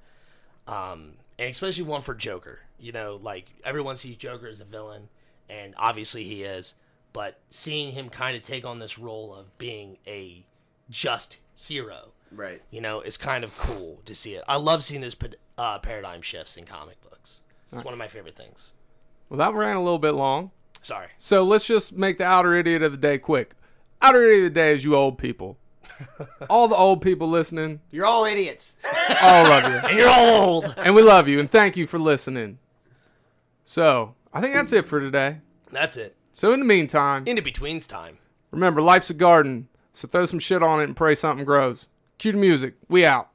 Um, and especially one for Joker. You know, like everyone sees Joker as a villain, and obviously he is. But seeing him kind of take on this role of being a just hero,
Right.
you know, it's kind of cool to see it. I love seeing those pad- uh, paradigm shifts in comic books. It's one of my favorite things.
Well, that ran a little bit long.
Sorry.
So let's just make the outer idiot of the day quick. Outer idiot of the day is you old people. all the old people listening,
You're all idiots.
all of you.
And you're old.
And we love you and thank you for listening. So I think that's it for today.
That's it.
So in the meantime,
Into betweens time.
remember life's a garden, so throw some shit on it and pray something grows. Cue the music. We out.